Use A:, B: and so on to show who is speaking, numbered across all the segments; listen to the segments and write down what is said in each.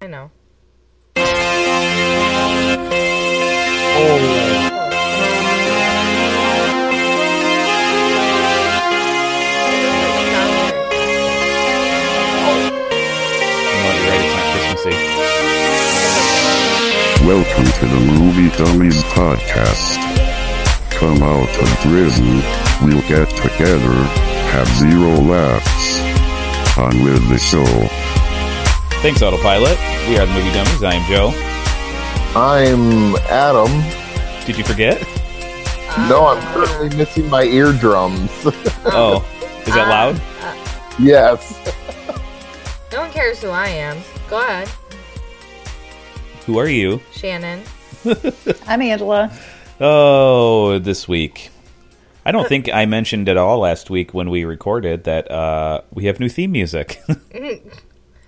A: I know.
B: Oh,
C: No, you're right. It's not Christmassy.
D: Welcome to the Movie Dummies Podcast. Come out of prison, we'll get together, have zero laughs. On with the show.
C: Thanks, Autopilot. We are the Movie Dummies. I am Joe.
B: I'm Adam.
C: Did you forget?
B: No,
A: Ah.
B: I'm currently missing my eardrums.
C: Oh, Ah. is that
A: Uh,
C: loud?
B: yes.
A: No one cares who I am. Go ahead,
C: Who are you?
A: Shannon.
E: I'm Angela.
C: Oh, this week. I don't think I mentioned at all last week when we recorded that uh, we have new theme music.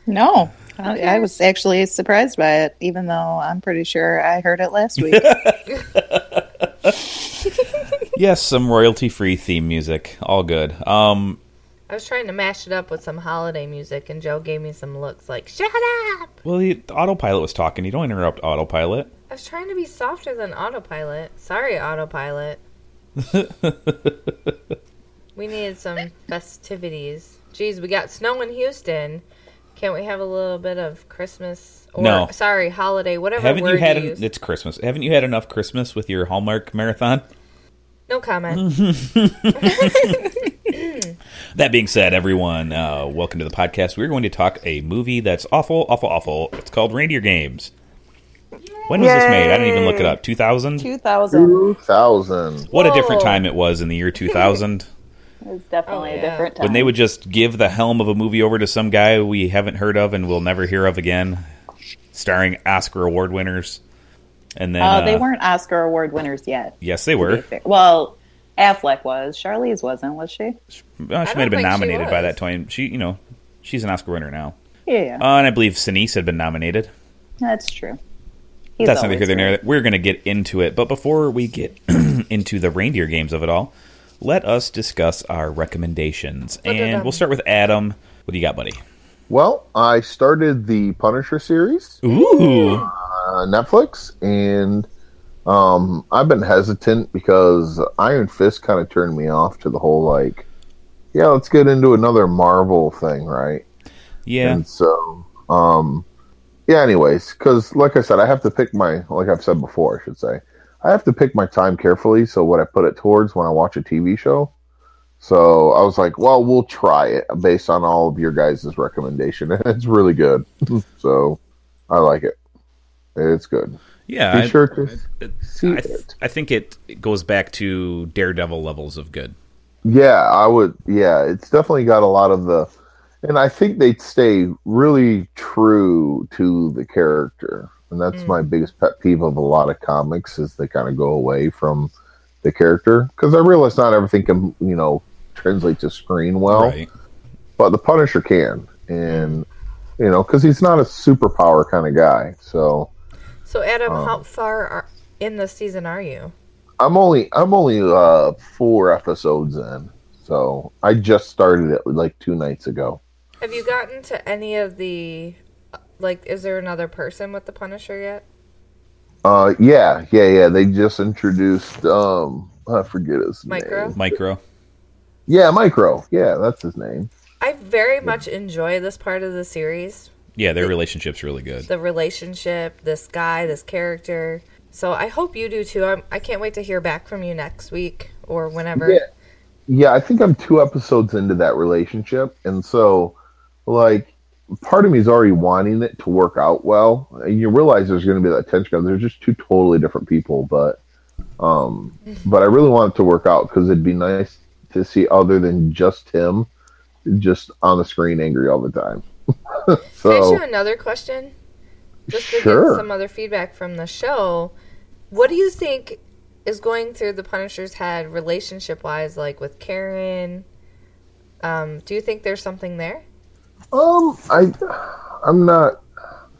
E: No, I, I was actually surprised by it, even though I'm pretty sure I heard it last week.
C: yes, some royalty-free theme music. All good. Um,
A: I was trying to mash it up with some holiday music, and Joe gave me some looks like, shut up!
C: well, the autopilot was talking. You don't interrupt autopilot.
A: I was trying to be softer than autopilot. Sorry, autopilot. we needed some festivities. Jeez, we got snow in Houston. Can't we have a little bit of Christmas? Or,
C: No.
A: Sorry, holiday, whatever
C: Haven't
A: word
C: you had?
A: you
C: En-
A: use.
C: it's Christmas. Haven't you had enough Christmas with your Hallmark marathon?
A: No comment.
C: That being said, everyone, uh, welcome to the podcast. We're going to talk a movie that's awful, awful, awful. It's called Reindeer Games. When was this made? I didn't even look it up. 2000?
E: 2000
B: 2000.
C: What a different
A: Whoa.
C: time it was in the year 2000
E: was definitely
A: Oh, yeah.
E: a different time.
C: when they would just give the helm of a movie over to some guy we haven't heard of and will never hear of again, starring Oscar award winners. And then
E: uh, they
C: uh,
E: weren't Oscar award winners yet.
C: Yes, they were.
E: Well, Affleck was. Charlize wasn't, was she?
C: Well, Uh, she
A: don't
C: might have been
A: think she
C: nominated
A: was.
C: by that time. She, you know, she's an Oscar winner now.
E: Yeah, yeah.
C: Uh, and I believe Sinise had been nominated.
E: that's true. He's
C: That's neither
E: always
C: here nor
E: great.
C: there. We're going to get into it, but before we get into the reindeer games of it all, let us discuss our recommendations, and we'll start with Adam. What do you got, buddy?
B: Well, I started the Punisher series
C: Ooh,
B: on Netflix, and um, I've been hesitant because Iron Fist kind of turned me off to the whole like, yeah, let's get into another Marvel thing, right?
C: yeah.
B: And so, um, yeah, anyways, because like I said, I have to pick my, like I've said before, I should say, I have to pick my time carefully. So what I put it towards when I watch a TV show. So I was like, well, we'll try it based on all of your guys' recommendation. And it's really good. so I like it. It's good.
C: Yeah,
B: Be
C: I-
B: sure to see
C: I, th-
B: it.
C: I think it goes back to Daredevil levels of good.
B: Yeah, I would. Yeah, it's definitely got a lot of the, and I think they stay really true to the character, and that's my biggest pet peeve of a lot of comics is they kind of go away from the character because I realize not everything can you know translate to screen well,
C: Right.
B: but the Punisher can, and you know because he's not a superpower kind of guy, so
A: so, Adam, how far are, in the season are you?
B: I'm only I'm only uh four episodes in, so I just started it like two nights ago.
A: Have you gotten to any of the like? Is there another person with the Punisher yet?
B: Uh, yeah, yeah, yeah. They just introduced um, I forget his
A: Micro?
B: name.
C: Micro.
B: Yeah, Micro. Yeah, that's his name.
A: I very much enjoy this part of the series.
C: Yeah, their relationship's really good.
A: The relationship, this guy, this character. So I hope you do too. I'm, I can't wait to hear back from you next week or whenever.
B: Yeah. Yeah, I think I'm two episodes into that relationship, and so like part of me is already wanting it to work out well. And you realize there's going to be that tension because they're just two totally different people, but um, but I really want it to work out because it'd be nice to see other than just him, just on the screen angry all the time. so.
A: Can I ask you another question? Just to
B: Oh. Sure.
A: get some other feedback from the show. What do you think is going through the Punisher's head relationship wise, like with Karen? Um, do you think there's something there?
B: Um, I, I'm not,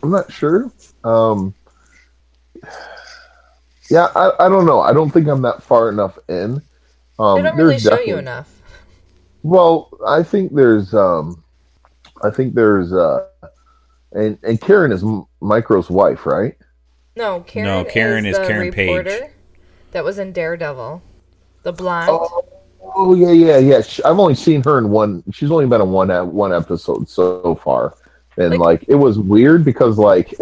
B: I'm not sure. Um, yeah, I, I don't know. I don't think I'm that far enough in. Um,
A: They don't
B: there's
A: really show you
B: definitely-
A: enough.
B: Well, I think there's, um, I think there's uh, And and Karen is M- Micro's wife, right?
A: No, Karen.
C: No, Karen
A: is,
C: is
A: the
C: Karen Page.
A: reporter That was in Daredevil, the blonde.
B: Oh, oh, yeah, yeah, yeah. Sh I've only seen her in one. She's only been in one e- one episode so far, and like,
A: Like-
B: it was weird because like,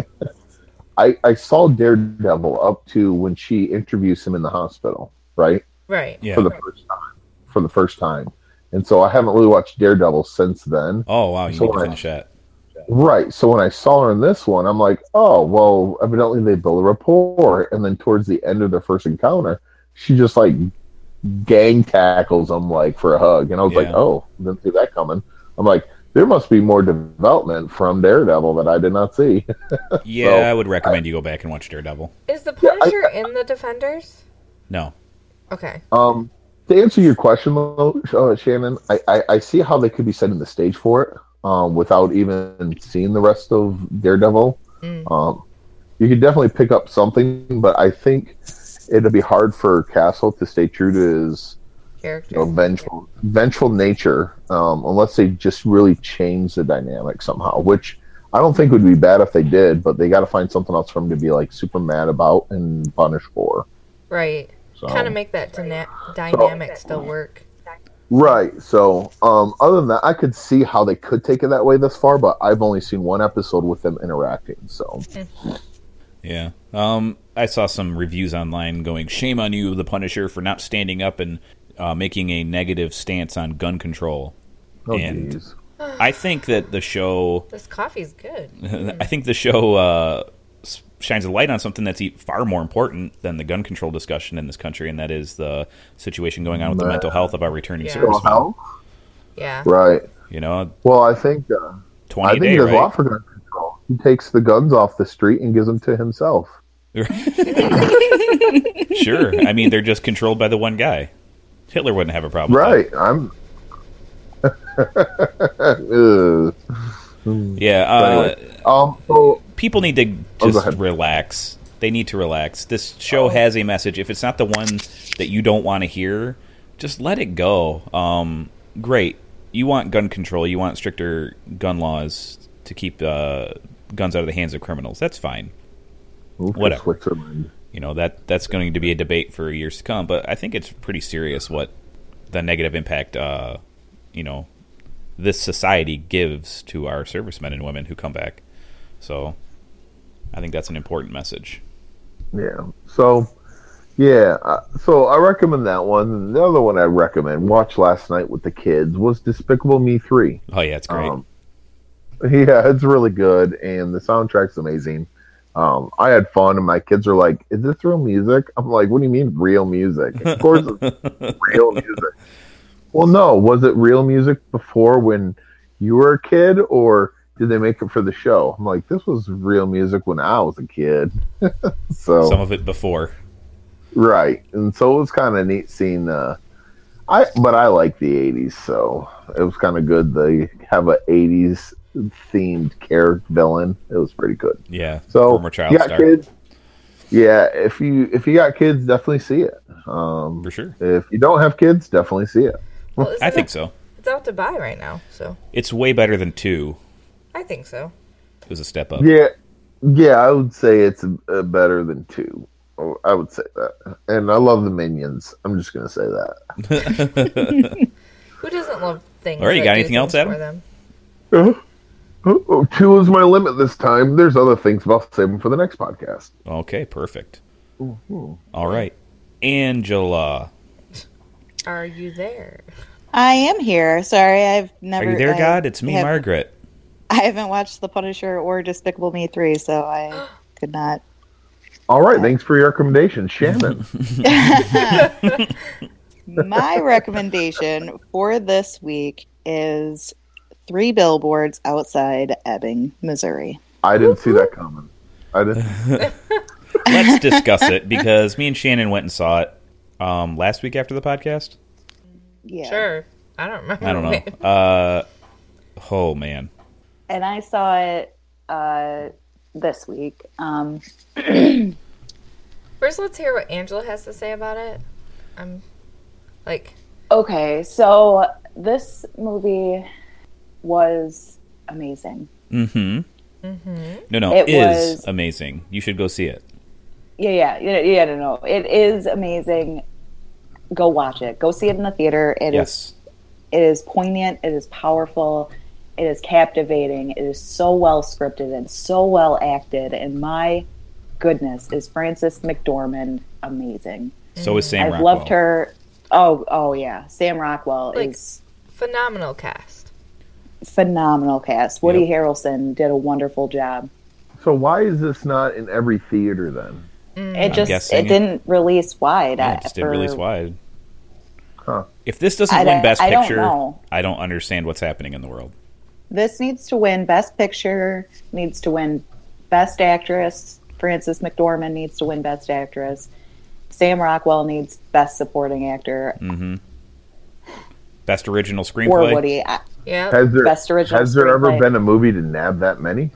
B: I I saw Daredevil up to when she interviews him in the hospital, right?
A: Right.
C: Yeah.
B: For the first time, for the first time, and so I haven't really watched Daredevil since then.
C: Oh wow, you
B: So
C: need to
B: I-
C: finish that.
B: Right. So when I saw her in this one, I'm like, oh, well, evidently they built a rapport. And then towards the end of their first encounter, she just like gang tackles him like for a hug. And I was like,
C: Yeah.
B: oh, didn't see that coming. I'm like, there must be more development from Daredevil that I did not see.
C: Yeah,
B: So,
C: I would recommend you go back and watch Daredevil.
A: Is the
B: Yeah, I-
A: Punisher in the Defenders?
C: No,
A: Okay.
B: um, to answer your question, though, uh, Shannon, I, I, I see how they could be setting the stage for it um, without even seeing the rest of Daredevil.
A: Mm.
B: Um, you could definitely pick up something, but I think it'd be hard for Castle to stay true to his you
A: Character.
B: know, vengeful, vengeful nature um, unless they just really change the dynamic somehow, which I don't think would be bad if they did, but they got to find something else for him to be like super mad about and punished for.
A: Right.
B: So.
A: Kind of make that dyna- dynamic still work.
B: Right. So, um, other than that, I could see how they could take it that way this far, but I've only seen one episode with them interacting. So,
C: Yeah. Um, I saw some reviews online going, "Shame on you, the Punisher, for not standing up and uh, making a negative stance on gun control."
B: oh,
C: And-
B: jeez.
C: I think that the show,
A: This coffee's good.
C: I think the show uh, s- shines a light on something that's e- far more important than the gun control discussion in this country, and that is the situation going on with the
B: Nah.
C: mental health of our returning
A: Yeah.
C: servicemen.
A: Yeah.
B: Right.
C: You know,
B: Well, I think uh, I
C: twenty a
B: think
C: day,
B: there's law
C: right?
B: for gun control. He takes the guns off the street and gives them to himself.
C: sure. I mean, they're just controlled by the one guy. Hitler wouldn't have a problem. with that.
B: Right. I'm. Ugh.
C: Yeah. Uh,
B: um. So,
C: people need to
B: Oh, go
C: just
B: ahead. Oh.
C: relax. They need to relax. This show has a message. If it's not the one that you don't want to hear, just let it go. Um, great. You want gun control. You want stricter gun laws to keep uh, guns out of the hands of criminals. That's fine.
B: move to
C: Whatever.
B: Switzerland.
C: You know that that's going to be a debate for years to come. But I think it's pretty serious what the negative impact, uh, you know, this society gives to our servicemen and women who come back. So I think that's an important message.
B: Yeah. So, yeah. Uh, so I recommend that one. The other one I recommend watch last night with the kids was Despicable Me three.
C: Oh yeah, it's great.
B: Um, yeah, it's really good, and the soundtrack's amazing. Um, I had fun, and my kids are like, "Is this real music?" I'm like, "What do you mean real music? Of course, it's real music." Well, no, was it real music before when you were a kid, or did they make it for the show? I'm like, this was real music when I was a kid. so
C: Some of it before.
B: right, and so it was kind of neat seeing. Uh, I but I like the '80s, so it was kind of good. They have a '80s themed character villain. It was pretty good.
C: Yeah.
B: So
C: former child
B: you got
C: star
B: kids. Yeah, if you if you got kids, definitely see it. Um,
C: for sure.
B: If you don't have kids, definitely see it.
A: Well, isn't
C: I think
A: it-
C: so.
A: It's out to buy right now, so
C: It's way better than two.
A: I think so.
C: It was a step up.
B: Yeah, yeah, I would say it's uh, better than two. Oh, I would say that, and I love the minions. I'm just gonna say that.
A: Who doesn't love things?
C: All right, you
A: that
C: got
A: do
C: anything else,
A: things
C: Adam?
A: for them?
B: Oh, oh, two is my limit this time. There's other things, but I'll save them for the next podcast.
C: Okay, perfect. All right. Angela.
A: Are you there?
E: I am here. Sorry, I've
C: Are
E: never.
C: you there,
E: I
C: God? It's me,
E: have-
C: Margaret.
E: I haven't watched The Punisher or Despicable Me 3, so I could not.
B: All right, thanks for your recommendation, Shannon.
E: My recommendation for this week is Three Billboards Outside Ebbing, Missouri.
B: I didn't see that coming. I didn't.
C: Let's discuss it because me and Shannon went and saw it um, last week after the podcast.
E: Yeah.
A: Sure. I don't remember.
C: I don't know. Uh, oh man,
E: and I saw it uh, this week. Um,
A: First, let's hear what Angela has to say about it. I'm like,
E: okay, so this movie was amazing.
C: Mm-hmm. No, no,
F: It
C: is
F: was-
C: amazing. You should go see it.
F: yeah, yeah, yeah, yeah. I don't know. It is amazing. Go watch it. Go see it in the theater. It is
C: Yes.
F: it is poignant. It is powerful. It is captivating. It is so well scripted and so well acted. And my goodness, is Frances McDormand amazing?
C: So is Sam
F: I've
C: Rockwell.
F: loved her. Oh, oh yeah, Sam Rockwell
A: Like-
F: is
A: Phenomenal cast.
F: phenomenal cast. Woody
C: Yep.
F: Harrelson did a wonderful job.
B: So why is this not in every theater then?
F: It just
C: guessing
F: it
C: it-
F: didn't release wide.
C: Yeah,
F: I-
C: it just did
F: for-
C: release wide.
B: Huh.
C: If this doesn't
F: I
C: win
F: don't-
C: Best
F: I don't
C: Picture,
F: know.
C: I don't understand what's happening in the world.
F: This needs to win Best Picture. Needs to win Best Actress. Frances McDormand needs to win Best Actress. Sam Rockwell needs Best Supporting Actor
C: Best Original
F: or
C: Screenplay.
F: Woody. I,
A: Yeah.
B: Has there
F: Best original
B: has there ever
F: screenplay.
B: been a movie to nab that many?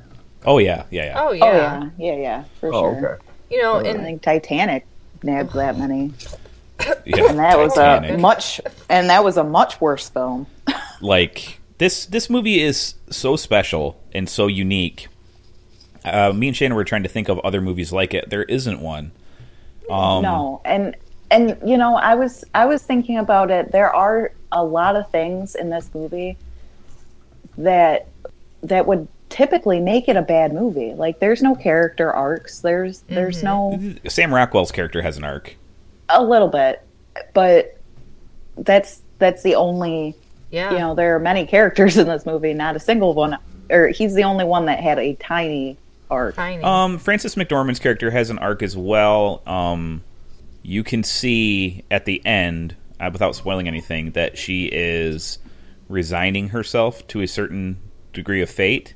C: Oh yeah, yeah, yeah.
A: Oh yeah.
F: Oh yeah, yeah, yeah, for
B: Oh,
F: sure.
B: okay.
A: You know,
F: I
A: and
F: think Titanic nabbed that many,
C: Yeah,
F: and that was a
C: Titanic.
F: much, and that was a much worse film.
C: like this this movie is so special and so unique. Uh, me and Shannon were trying to think of other movies like it. There isn't one. Um,
F: no and and you know i was i was thinking about it there are a lot of things in this movie that that would typically make it a bad movie like there's no character arcs there's
A: Mm-hmm.
F: there's no
C: Sam Rockwell's character has an arc.
F: a little bit but that's that's the only
A: yeah.
F: you know there are many characters in this movie not a single one or he's the only one that had a tiny arc
A: tiny.
C: Um, Francis McDormand's character has an arc as well. Um, you can see at the end, uh, without spoiling anything, that she is resigning herself to a certain degree of fate,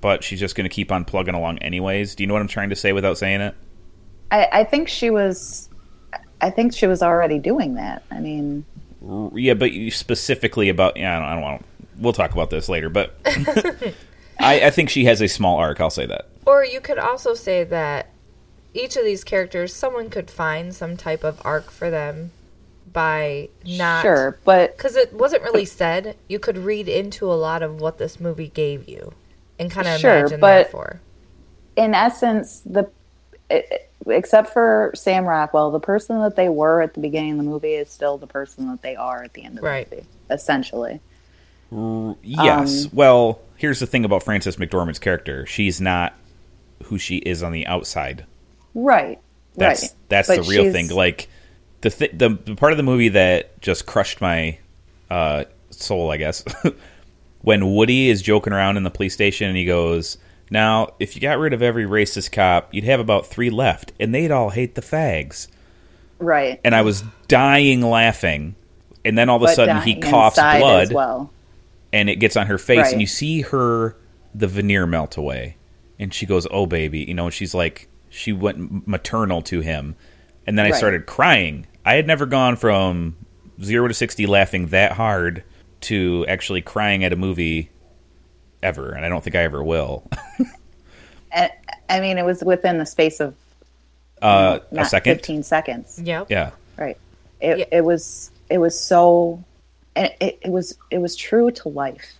C: but she's just going to keep on plugging along anyways. Do you know what I'm trying to say without saying it?
F: I, I think she was i think she was already doing that i mean
C: Yeah, but you specifically about yeah, I don't, I don't want. We'll talk about this later, but I, I think she has a small arc. I'll say that.
A: Or you could also say that each of these characters, someone could find some type of arc for them by not.
F: sure but
A: Because it wasn't really said. You could read into a lot of what this movie gave you and kind of
F: Sure,
A: imagine
F: but-
A: that for.
F: in essence, the e, except for Sam Rockwell, the person that they were at the beginning of the movie is still the person that they are at the end of
A: Right.
F: the movie, essentially. Um,
C: Yes. well, here's the thing about Frances McDormand's character. She's not who she is on the outside.
F: Right.
C: That's
F: right.
C: that's
F: But
C: the real
F: she's-
C: thing. Like the, th- the the part of the movie that just crushed my uh, soul, I guess, when Woody is joking around in the police station and he goes, "Now, if you got rid of every racist cop, you'd have about three left, and they'd all hate the fags."
F: right.
C: And I was dying laughing, and then all of a
F: But
C: sudden he
F: dying
C: coughs
F: inside
C: blood
F: as well.
C: and it gets on her face
F: Right.
C: and you see her the veneer melt away and she goes oh baby you know and she's like she went m- maternal to him and then i
F: Right.
C: started crying i had never gone from 0 to 60 laughing that hard to actually crying at a movie ever and i don't think i ever will
F: And, I mean, it was within the space of
C: uh, a
F: not
C: second
F: 15 seconds.
A: Yep.
C: yeah
F: Right. It,
A: Yeah.
F: it was it was so and it, it was it was true to life.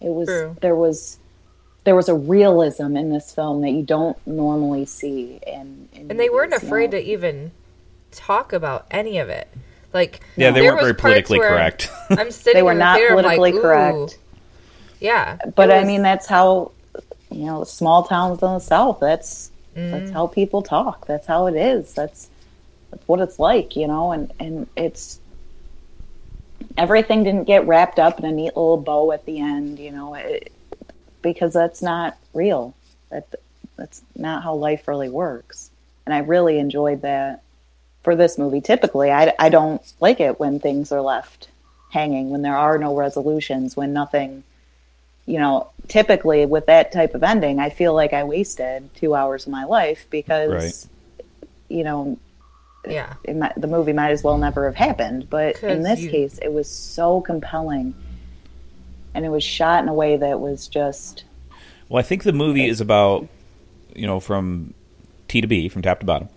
F: It was
A: True.
F: there was there was a realism in this film that you don't normally see and
A: And they weren't afraid to even talk about any of it. Like
C: yeah they
A: there
C: weren't
A: was
C: very
A: parts
C: politically
A: where
C: correct
A: I'm sitting.
F: They were
A: in the
F: not
A: theater, I'm like,
F: politically
A: "Ooh."
F: correct.
A: Yeah,
F: But
A: it
F: I
A: was-
F: mean that's how you know, small towns in the south, that's that's
A: Mm.
F: how people talk. That's how it is. That's that's what it's like, you know, and, and it's everything didn't get wrapped up in a neat little bow at the end, you know, it, because that's not real. That that's not how life really works. And I really enjoyed that for this movie. Typically, I I don't like it when things are left hanging, when there are no resolutions, when nothing, you know, typically with that type of ending, I feel like I wasted 2 hours of my life because
C: Right.
F: you know,
A: yeah,
F: it might, the movie might as well never have happened. But in
A: 'Cause
F: this
A: you-
F: case, it was so compelling, and it was shot in a way that was just
C: Well, I think the movie is about, you know, from T to B, from top to bottom.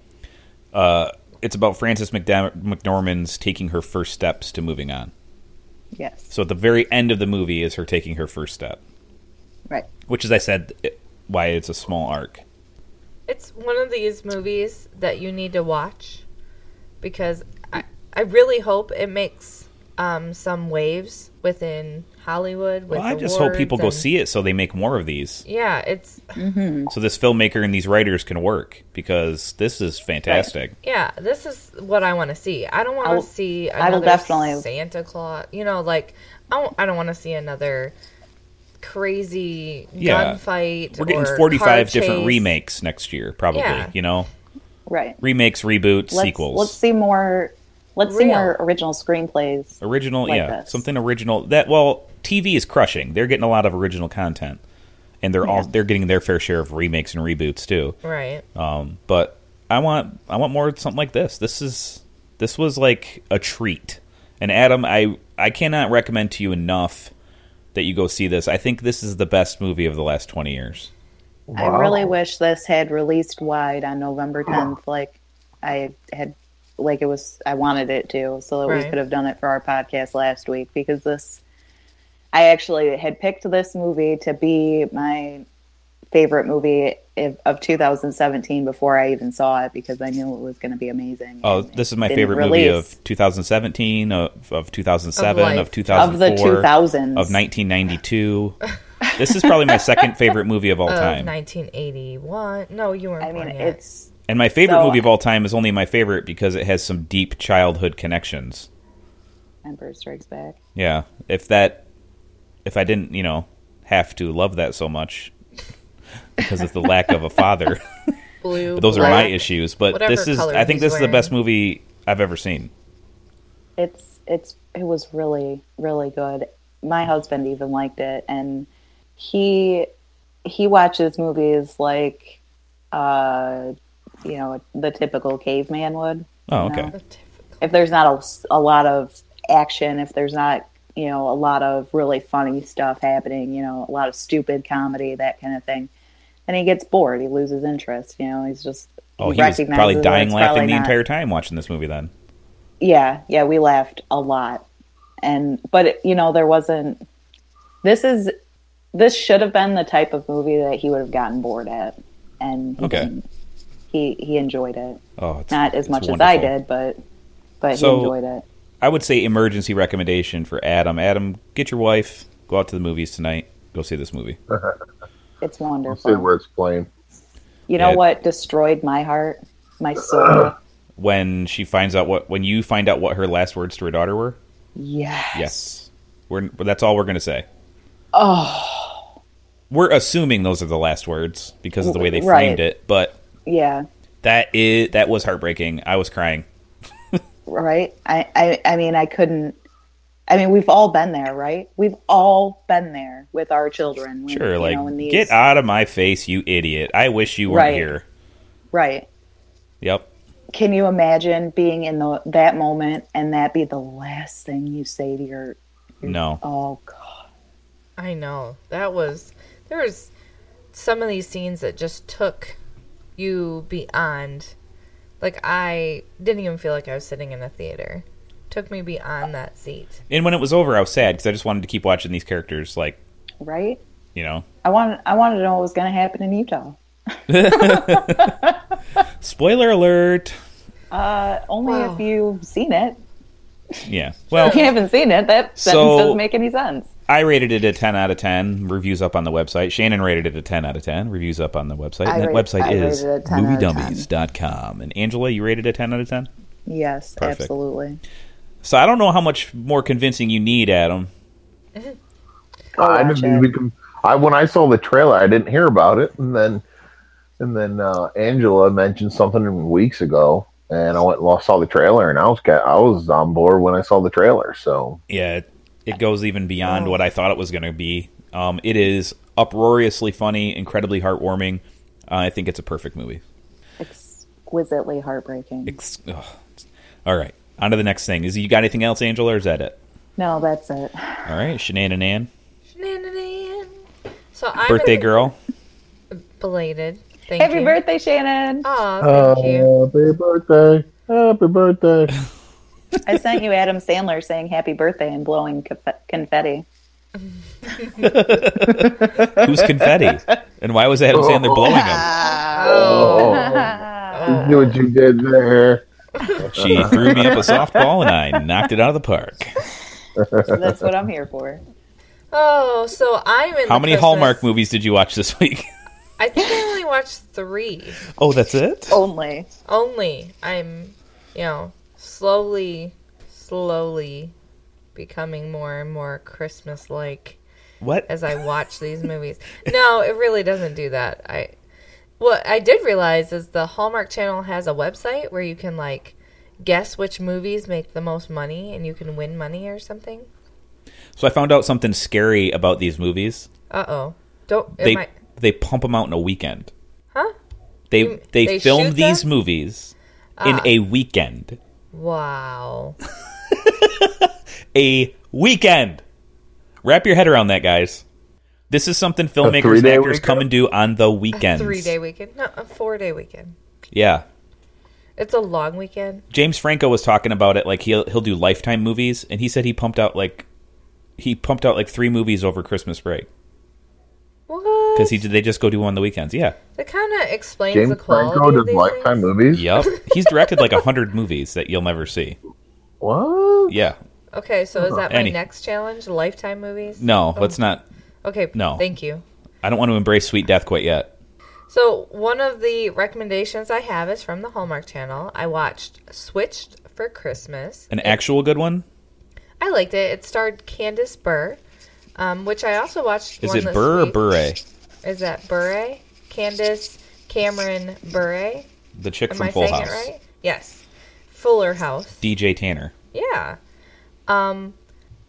C: Uh, it's about Frances McDam- McDormand's taking her first steps to moving on.
F: yes,
C: So at the very end of the movie is her taking her first step,
F: right,
C: which, as I said, why it's a small arc.
A: It's one of these movies that you need to watch because I, I really hope it makes um, some waves within Hollywood. With
C: Well, I just hope people go
A: awards and-
C: see it so they make more of these,
A: Yeah, it's
C: so this filmmaker and these writers can work because this is fantastic.
A: yeah. This is what I want to see. I don't want
F: I'll-
A: to see
F: I will
A: another
F: definitely-
A: Santa Claus. You know, like I don't, I don't want to see another crazy
C: Yeah.
A: gunfight.
C: We're getting
A: or car
C: 45 different
A: chase.
C: remakes next year, probably.
A: Yeah.
C: You know,
F: Right.
C: remakes, reboots,
F: Let's,
C: sequels,
F: Let's see more. Let's see
A: Real.
F: more original screenplays.
C: original.
F: like
C: yeah,
F: this.
C: something original. That well, TV is crushing. They're getting a lot of original content, and they're all they're getting their fair share of remakes and reboots too.
A: Right.
C: Um, but I want I want more of something like this. This is this was like a treat. And Adam, I I cannot recommend to you enough that you go see this. I think this is the best movie of the last twenty years.
B: Wow.
F: I really wish this had released wide on November 10th. Like I had, like it was, I wanted it to, so that
A: Right.
F: we could have done it for our podcast last week because this, I actually had picked this movie to be my favorite movie of, of 2017 before I even saw it because I knew it was going to be amazing.
C: Oh,
F: And
C: this
F: it
C: is my
F: didn't
C: favorite movie
F: release.
C: of 2017, of, of 2007,
A: Of
C: of,
A: life.
F: of
C: 2004,
F: the 2000s
C: of 1992. this is probably my second favorite movie of all
A: Of
C: time.
A: 1981. No, you weren't.
F: I mean,
A: born yet.
F: it's
C: And my favorite
F: So-
C: movie of all time is only my favorite because it has some deep childhood connections.
F: Emperor Strikes Back.
C: Yeah, if that, if I didn't, you know, have to love that so much because of the lack of a father.
A: blue.
C: But those are my
A: black.
C: issues. But
A: whatever
C: this is,
A: color
C: I think,
A: he's
C: this is the
A: wearing.
C: best movie I've ever seen.
F: it's it's it was really really good my husband even liked it and he he watches movies like uh you know the typical caveman would
C: Oh,
F: No.
C: okay.
F: if there's not a, s- a lot of action if there's not you know a lot of really funny stuff happening you know a lot of stupid comedy that kind of thing and he gets bored he loses interest you know he's just
C: Oh, he was probably
F: recognizes
C: dying
F: it's
C: laughing
F: probably
C: the
F: not-
C: entire time watching this movie. Then
F: yeah yeah we laughed a lot and but you know there wasn't this is this should have been the type of movie that he would have gotten bored at and he
C: Okay.
F: didn't. he he enjoyed it
C: oh, it's,
F: not as
C: it's
F: much as i
C: wonderful.
F: did but but
C: So-
F: he enjoyed it
C: I would say emergency recommendation for Adam. Adam, get your wife, go out to the movies tonight, go see this movie.
F: it's
B: Let's see
F: wonderful
B: where it's playing.
F: you know
C: Yeah.
F: what destroyed my heart my soul
C: When she finds out what, when you find out what her last words to her daughter were,
F: yes
C: yes, we're that's all we're gonna say.
F: oh
C: we're assuming those are the last words because of the way they
F: Right.
C: framed it, but
F: yeah
C: that is that was heartbreaking. I was crying.
F: right I, I i mean i couldn't i mean we've all been there right we've all been there with our children when,
C: Sure,
F: you
C: like
F: know, when these-
C: get out of my face, you idiot. I wish you weren't
F: Right.
C: here.
F: right
C: Yep.
F: can you imagine being in the that moment and that be the last thing you say to your
C: No.
F: oh god
A: I know that was there was some of these scenes that just took you beyond. Like I didn't even feel like I was sitting in a theater. Took me beyond that seat.
C: And when it was over, I was sad because I just wanted to keep watching these characters. Like
F: right
C: you know,
F: i wanted i wanted to know what was going to happen in utah
C: spoiler alert.
F: uh, only
A: Wow.
F: if you've seen it
C: Yeah. Well,
F: if you haven't seen it that sentence
C: So-
F: doesn't make any sense
C: I rated it a ten out of ten. Reviews up on the website. Shannon rated it a ten out of ten. Reviews up on the website.
F: I
C: and that
F: rate-
C: website
F: I
C: is
F: rated it a 10 out of 10.
C: moviedummies.com. And Angela, you rated it a ten out of ten.
F: yes
C: Perfect.
F: absolutely
C: So I don't know how much more convincing you need, Adam.
F: Go
B: I
F: watch
B: didn't
F: it.
B: even. com- I when I saw the trailer, I didn't hear about it, and then and then uh, Angela mentioned something weeks ago, and I went and saw the trailer, and I was ca- I was on board when I saw the trailer. So
C: Yeah, it, it goes even beyond
F: Oh.
C: what I thought it was going to be. Um, it is uproariously funny, incredibly heartwarming. Uh, I think it's a perfect movie.
F: exquisitely heartbreaking
C: Ex- ugh. All right, on to the next thing. Is you got anything else, Angela, or is that it?
F: no that's it
C: All right, Shanann and Ann,
A: Shenanigan. So I'm
C: birthday
A: in-
C: girl.
A: belated. Thank
F: happy
A: you.
F: birthday shannon
A: Aw,
B: Oh.
A: thank you.
B: happy birthday, happy birthday.
F: I sent you Adam Sandler saying happy birthday and blowing conf- confetti.
C: Who's confetti? And why was Adam
A: Oh.
C: Sandler blowing
A: Uh,
C: him?
B: You see what you did there.
C: She threw me up a softball and I knocked it out of the park.
F: That's what I'm here for.
A: Oh, so I'm in.
C: How
A: the
C: many
A: Christmas-
C: Hallmark movies did you watch this week?
A: I think I only watched three.
C: Oh, that's it?
F: Only.
A: Only I'm, you know, slowly, slowly becoming more and more Christmas-like
C: What?
A: as I watch these movies. No, it really doesn't do that. I what I did realize is the Hallmark Channel has a website where you can like guess which movies make the most money and you can win money or something.
C: So I found out something scary about these movies.
A: Uh oh. Don't it
C: They
A: might
C: they pump them out in a weekend.
A: Huh?
C: They
A: You-
C: they,
A: they shoot
C: filmed these
A: them? Ah.
C: movies in a weekend.
A: Wow.
C: A weekend. Wrap your head around that, guys. This is something filmmakers and
B: three-day
C: actors
B: weekend?
C: come and do on the weekends.
A: Three day weekend. No, a four day weekend.
C: Yeah.
A: It's a long weekend.
C: James Franco was talking about it like he'll he'll do lifetime movies and he said he pumped out like he pumped out like three movies over Christmas break
A: What?
C: because he they just go do one on the weekends. Yeah,
A: That kind of explains
B: James
A: the quality
B: Franco
A: of
B: did
A: these
B: Lifetime
A: things.
B: movies.
C: yep. He's directed like a hundred movies that you'll never see.
B: What?
C: Yeah,
A: Okay, so is that my
C: Uh-huh. Any-
A: next challenge? Lifetime movies?
C: no, let's not.
A: Okay,
C: No.
A: Thank you.
C: I don't want to embrace sweet death quite yet.
A: So one of the recommendations I have is from the Hallmark Channel. I watched Switched for Christmas.
C: An actual good one
A: I liked it. It starred Candace Burr, um, which I also watched.
C: is
A: one
C: it
A: this
C: Burr or
A: week.
C: Burray?
A: Is that Burray? Candace Cameron Burray?
C: The chick
A: Am
C: from
A: I
C: Full
A: saying
C: House,
A: it right? Yes, Fuller House.
C: DJ Tanner.
A: Yeah. Um,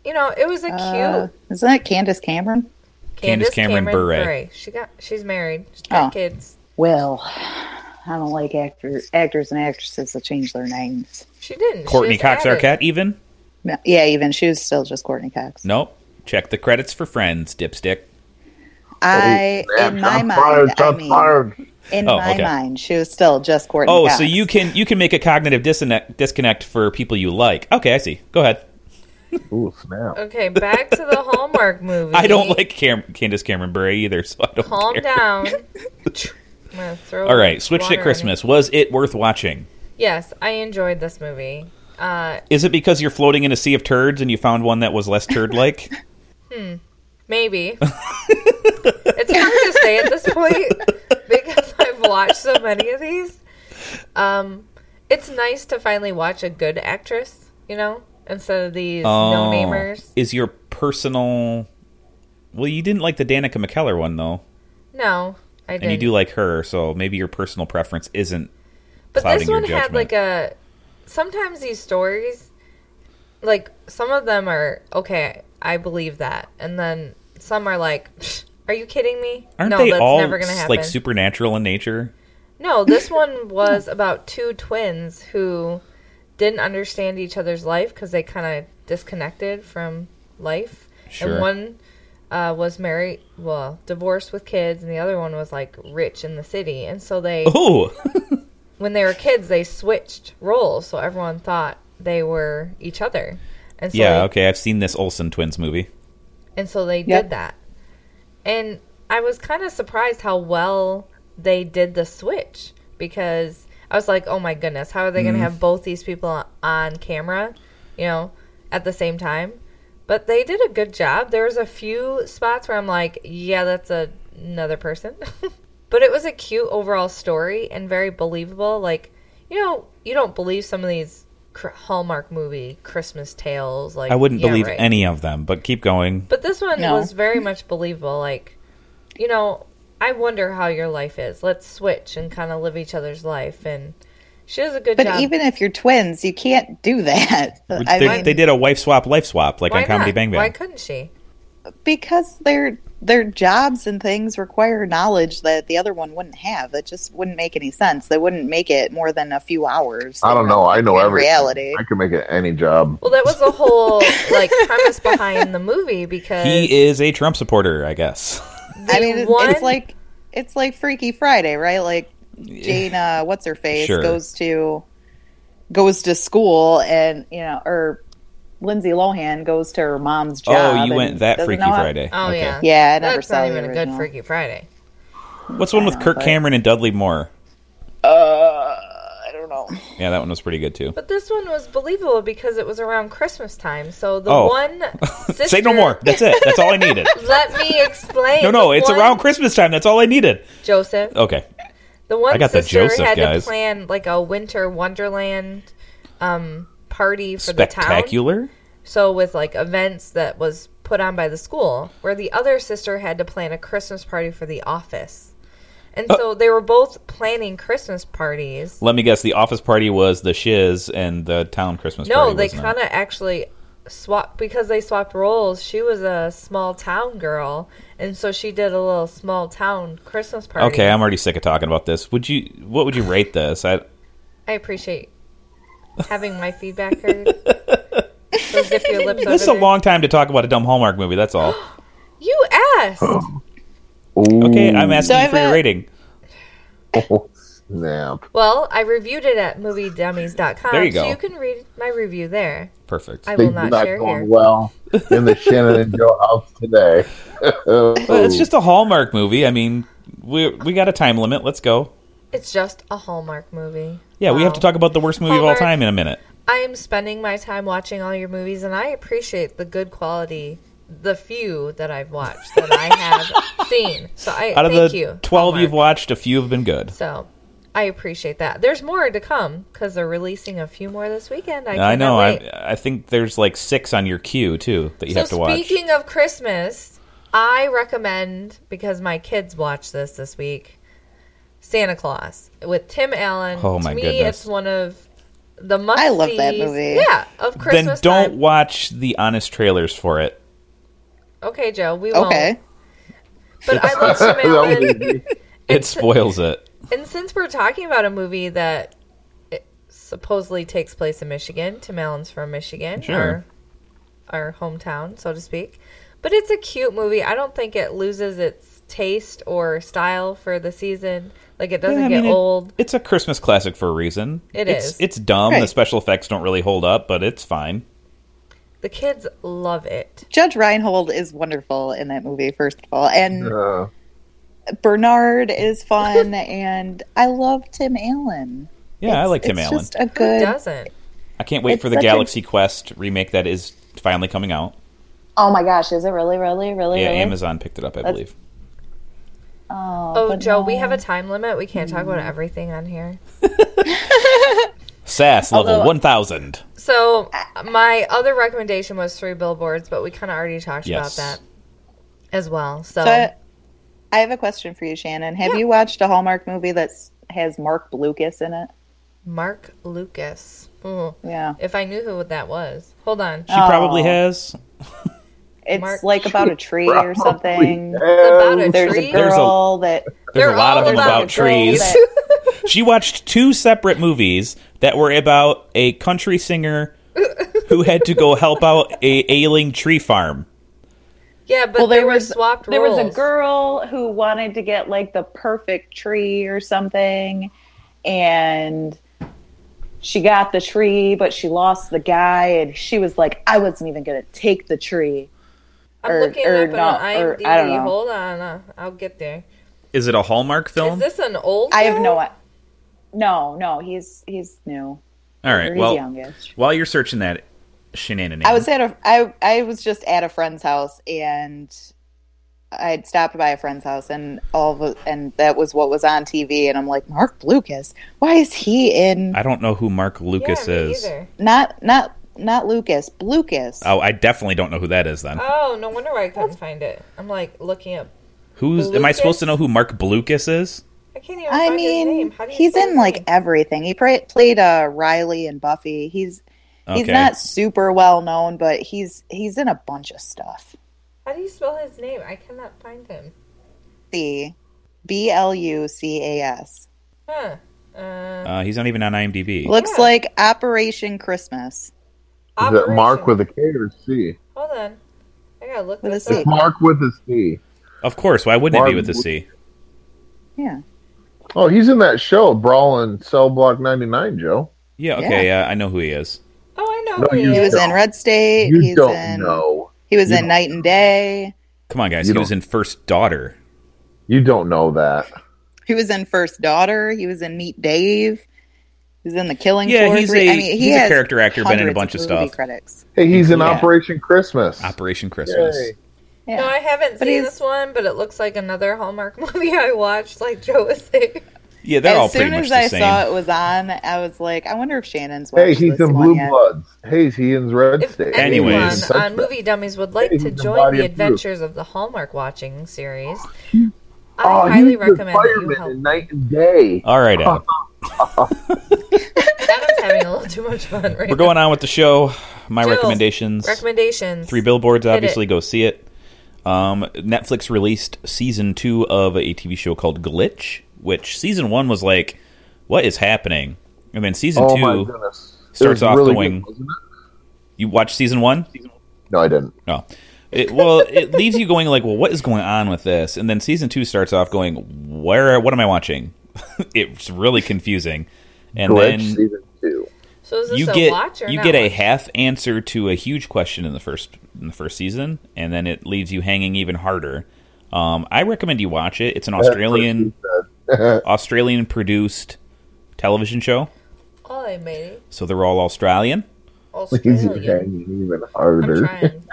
A: you know, it was a cute
E: Uh, isn't that Candace Cameron?
A: Candace
C: Cameron Bure.
A: She got she's married. She's got
E: Oh.
A: kids.
F: Well, I don't like actor, actors and actresses that change their names.
A: She didn't.
C: Courtney
A: She's
C: Cox
A: added.
C: Arquette even?
E: No, yeah, even she was still just Courtney Cox.
C: Nope. Check the credits for Friends. Dipstick.
E: I, in my mind, I mean, in
C: Oh,
E: my
C: okay.
E: mind, she was still just Courtney.
C: Oh,
E: Cox.
C: so you can you can make a cognitive disconnect disconnect for people you like. Okay, I see. Go ahead.
B: Ooh, snap.
A: Okay, back to the Hallmark movie.
C: I don't like Cam- Candace Cameron Bure either, so I don't
A: Calm
C: care.
A: down. I'm gonna throw
C: All right, switched
A: water
C: at
A: on
C: Christmas. Was it worth watching?
A: it. Yes, I enjoyed this movie. Uh,
C: Is it because you're floating in a sea of turds and you found one that was less turd-like?
A: maybe it's hard to say at this point because I've watched so many of these. Um, it's nice to finally watch a good actress, you know, instead of these
C: Oh.
A: no namers.
C: Um, Is your personal? Well, you didn't like the Danica McKellar one though,
A: No, I didn't.
C: and you do like her, so maybe your personal preference isn't.
A: but
C: clouding
A: this
C: your
A: one had
C: judgment.
A: like a sometimes these stories like some of them are okay i believe that and then some are like "Psh, are you kidding me
C: Aren't
A: no
C: they
A: that's
C: all
A: never gonna
C: s-
A: happen
C: like supernatural in nature?
A: no this one was about two twins who didn't understand each other's life because they kind of disconnected from life
C: Sure.
A: and one uh, was married well divorced with kids and the other one was like rich in the city and so they
C: Oh,
A: when they were kids, they switched roles, so everyone thought they were each other, and so
C: yeah.
A: they,
C: Okay, I've seen this Olsen twins movie.
A: and so they
E: Yeah.
A: did that. And I was kind of surprised how well they did the switch because I was like, "Oh my goodness, how are they going
C: Mm-hmm.
A: to have both these people on, on camera, you know, at the same time?" But they did a good job. There was a few spots where I'm like, "Yeah, that's a, another person." but it was a cute overall story and very believable. Like, you know, you don't believe some of these cr- Hallmark movie Christmas tales like
C: I wouldn't
A: yeah,
C: believe
A: right.
C: any of them, but keep going.
A: But this one
E: No.
A: was very much believable. Like, you know, I wonder how your life is. Let's switch and kind of live each other's life. And she does a good
E: But
A: job.
E: even if you're twins, you can't do that. I
C: they,
E: mean,
C: they did a wife swap, life swap, like on Comedy
A: not?
C: Bang Bang.
A: Why couldn't she?
E: because their their jobs and things require knowledge that the other one wouldn't have. That just wouldn't make any sense. They wouldn't make it more than a few hours.
B: I don't know. I know
E: In
B: everything.
E: reality.
B: I can make it any job.
A: Well, that was the whole like premise behind the movie because
C: He is a Trump supporter, I guess.
E: I mean, it,
A: one-
E: it's like it's like Freaky Friday, right? Like Jane, uh, what's her face,
C: Sure.
E: goes to goes to school and you know, or
F: Lindsay Lohan goes to her mom's job.
C: Oh, you
F: and
C: went that
F: doesn't
C: Freaky
F: know how-
C: Friday.
A: Oh
C: Okay.
A: yeah,
F: Yeah, I never
A: That's
F: saw
A: not
F: the
A: even a good
F: original.
A: Freaky Friday.
C: What's the one with
F: know,
C: Kirk
F: but-
C: Cameron and Dudley Moore? Uh,
F: I don't know.
C: Yeah, that one was pretty good too.
A: But this one was believable because it was around Christmas time. So the
C: Oh.
A: one sister,
C: Say no more. That's it. That's all I needed.
A: Let me explain.
C: No, no,
A: The
C: it's
A: one-
C: around Christmas time. That's all I needed.
A: Joseph.
C: Okay.
A: The one
C: I got the
A: sister
C: Joseph,
A: had
C: guys.
A: to plan like a winter wonderland um, party for the town.
C: Spectacular.
A: So with like events that was put on by the school, where the other sister had to plan a Christmas party for the office. And
C: Uh,
A: so they were both planning Christmas parties.
C: Let me guess. The office party was the shiz, and the town Christmas party.
A: No, they
C: was not.
A: kind of actually swapped because they swapped roles. She was a small town girl, and so she did a little small town Christmas party.
C: Okay, I'm already sick of talking about this. Would you? What would you rate this? I,
A: I appreciate having my feedback heard. so zip your lips.
C: this is a
A: over there.
C: long time to talk about a dumb Hallmark movie. That's all.
A: You asked.
B: Ooh,
C: Okay, I'm asking
E: So
C: you for
E: I've,
C: your
E: uh,
C: rating.
B: snap.
A: Well, I reviewed it at moviedummies.com.
C: There you go.
A: So you can read my review there.
C: Perfect.
A: I
B: Things
A: will
B: are
A: not,
B: not
A: share
B: going
A: here.
B: well in the Shannon and Joe house today.
C: Well,
E: Oh.
C: it's just a Hallmark movie. I mean, we we got a time limit. Let's go.
A: It's just a Hallmark movie.
C: Yeah, we have to
A: Wow.
C: talk about the worst movie
A: Oh. Hallmark.
C: of all time in a minute.
A: I am spending my time watching all your movies, and I appreciate the good quality, the few that I've watched that I have seen. So I
C: Out of
A: thank
C: the
A: you,
C: twelve
A: Hallmark.
C: you've watched, a few have been good.
A: So I appreciate that. There's more to come because they're releasing a few more this weekend. I,
C: I
A: cannot
C: know.
A: Wait.
C: I I think there's like six on your queue too that you
A: so
C: have to watch.
A: speaking of Christmas, I recommend because my kids watched this this week. Santa Claus with Tim Allen.
C: Oh, my
A: to me,
C: goodness.
A: it's one of the must.
E: I love that movie.
A: Yeah, of
C: then
A: Christmas.
C: don't
A: time.
C: watch the honest trailers for it.
A: Okay, Joe, we won't.
E: Okay.
A: But I love Tim
B: That
A: Allen.
B: would be-
C: It spoils it.
A: And since we're talking about a movie that it supposedly takes place in Michigan, Tim Allen's from Michigan,
C: Sure.
A: our, our hometown, so to speak. But it's a cute movie. I don't think it loses its taste or style for the season. Like it doesn't
C: Yeah, I
A: get
C: mean, it-
A: old.
C: it's a Christmas classic for a reason.
A: It
C: it's,
A: is.
C: It's dumb. The
E: Right.
C: special effects don't really hold up, but it's fine.
A: The kids love it.
E: Judge Reinhold is wonderful in that movie, first of all. And
B: uh,
E: Bernard is fun. and I love Tim Allen.
C: Yeah, I
E: It's-
C: like Tim
E: it's
C: Allen.
E: just a
A: Who
E: good. uh,
A: doesn't?
C: I can't wait
E: it's
C: for the
E: such a-
C: Galaxy Quest remake that is finally coming out.
F: Oh my gosh, is it really, really, really?
C: Yeah,
F: really?
C: Amazon picked it up, I believe.
F: Oh,
A: Oh,
F: but
A: Joe,
F: no.
A: we have a time limit. We can't talk
C: Mm.
A: about everything on here.
C: SAS level
A: uh,
F: Although-
C: 1000.
A: So my other recommendation was Three Billboards, but we kind of already talked
C: Yes.
A: about that as well. So,
E: So
C: Um,
E: I, I have a question for you, Shannon. Have you watched a Hallmark movie that has Mark Lucas in it?
A: Mark Lucas. Mm. Ooh.
E: Yeah.
A: If I knew who that was. Hold on.
C: She probably
E: Oh.
C: has.
E: It's
A: Mark-
E: like about a tree or something.
A: About a
E: There's
A: tree?
E: a
C: There's a-
E: girl that
C: There's
A: They're
C: a lot of
A: all
C: them
A: about
C: about,
A: girls
C: trees.
E: that-
C: she watched two separate movies that were about a country singer who had to go help out a ailing tree farm.
A: Yeah, but
F: Well,
A: they
F: there
A: were
F: was-
A: swapped
F: there
A: roles.
F: was a girl who wanted to get like the perfect tree or something and she got the tree but she lost the guy and she was like i wasn't even gonna take the tree
A: I'm
F: or-
A: looking
F: or
A: up
F: not,
A: an
F: or-
A: IMDb.
F: I don't know.
A: Hold on. Uh, I'll get there.
C: Is it a Hallmark film?
A: Is this an old
F: Um, i have
A: film?
F: no no no he's he's new
C: All right.
F: he's
C: Well,
F: youngish
C: while you're searching that shenanigans,
E: I was at a I I was just at a friend's house and I had stopped by a friend's house and all of, a- and that was what was on TV and I'm like Mark Lucas why is he in
C: I don't know who Mark
A: Yeah,
C: Lucas
A: me
C: is.
A: either.
E: not not not Lucas Lucas
C: Oh, I definitely don't know who that is then.
A: Oh, no wonder why I couldn't find it. I'm like looking up.
C: Who's am I
A: Lucas?
C: supposed to know who Mark Blucas is?
A: I can't even
E: I
A: find his name.
E: mean
A: How do you
E: he's
A: say
E: in
A: his
E: like
A: name?
E: everything he pra- played uh Riley and Buffy he's he's
C: Okay.
E: not super well known but he's he's in a bunch of stuff
A: How do you spell his name? I cannot find him.
E: the B L U C A S
A: Huh. Uh,
C: Uh, he's not even on IMDb.
E: looks
A: Yeah.
E: like Operation Christmas
B: Is it Mark
A: Operation-
B: with a K or C?
A: Hold on. I gotta look
E: With a
A: this
E: C.
A: up.
B: It's Mark with a C.
C: Of course. Why wouldn't it be
B: Mark
C: with a C?
E: yeah
B: Oh, he's in that show, Brawling Cell Block 99, Joe.
C: Yeah. Okay. Yeah. I know who he is.
A: Oh, I know
B: No, you
E: He was
B: don't.
E: in Red State.
B: You
E: he's
B: don't
E: in,
B: know.
E: He was
B: You
E: in
B: don't
E: Night and Day.
C: Come on, guys.
B: You
C: he was
B: don't-
C: in First Daughter.
B: You don't know that.
E: He was in First Daughter. He was in Meet Dave. He was in The Killing
C: Yeah,
E: Floor.
C: he's
E: three.
C: a-
E: I mean, he
C: he's a
E: has
C: character actor, been in a
E: hundreds
C: bunch of
E: movie
C: stuff.
E: Critics.
B: Hey, he's in
E: Yeah.
B: Operation Christmas.
C: Operation Christmas.
B: Yay.
E: Yeah.
A: No, I haven't
E: But
A: seen
E: he's-
A: this one, but it looks like another Hallmark movie I watched, like Joe was saying.
C: Yeah, they're
E: as
C: all pretty
E: soon
C: much
E: as
C: the
E: I
C: same.
E: saw it was on, I was like, I wonder if Shannon's watched
B: Hey, he's
E: this
B: in
E: one
B: Blue
E: yet.
B: Bloods. Hey, he's in Red
A: If
B: State.
A: anyone
C: Anyways.
A: on Movie Dummies would like
B: Hey,
A: to
B: he's the
A: join
B: body
A: the
B: of proof.
A: adventures of the Hallmark watching series, I
B: Oh,
A: highly
B: he's
A: recommend
B: the
A: that you
B: fireman
A: help.
B: in Night and Day.
C: all right, Adam.
A: Adam's having a little too much fun right
C: We're going on with the show. My
A: Jill's
C: recommendations.
A: now. Recommendations.
C: Three billboards,
A: it.
C: obviously, go see it. Um, Netflix released season two of a TV show called Glitch, which season one was like, what is happening? And then season
B: Oh
C: two,
B: my goodness! It
C: starts
B: was
C: off
B: really
C: going-
B: good, wasn't it?
C: you watched season one?
B: No, I didn't.
C: No. Oh. It, well, it leaves you going like, well, what is going on with this? And then season two starts off going, where? What am I watching? it's really confusing. And
B: Glitch
C: then
B: season two.
A: So is this
C: you
A: a
C: get
A: watch or
C: you
A: not
C: get a
A: watch?
C: half answer to a huge question in the first in the first season, and then it leaves you hanging even harder. Um, I recommend you watch it. It's an Australian Australian produced television show,
A: Oh, I made it.
C: so they're all Australian.
B: He's
A: Australian.
B: hanging even
A: I'm
B: harder.
A: trying.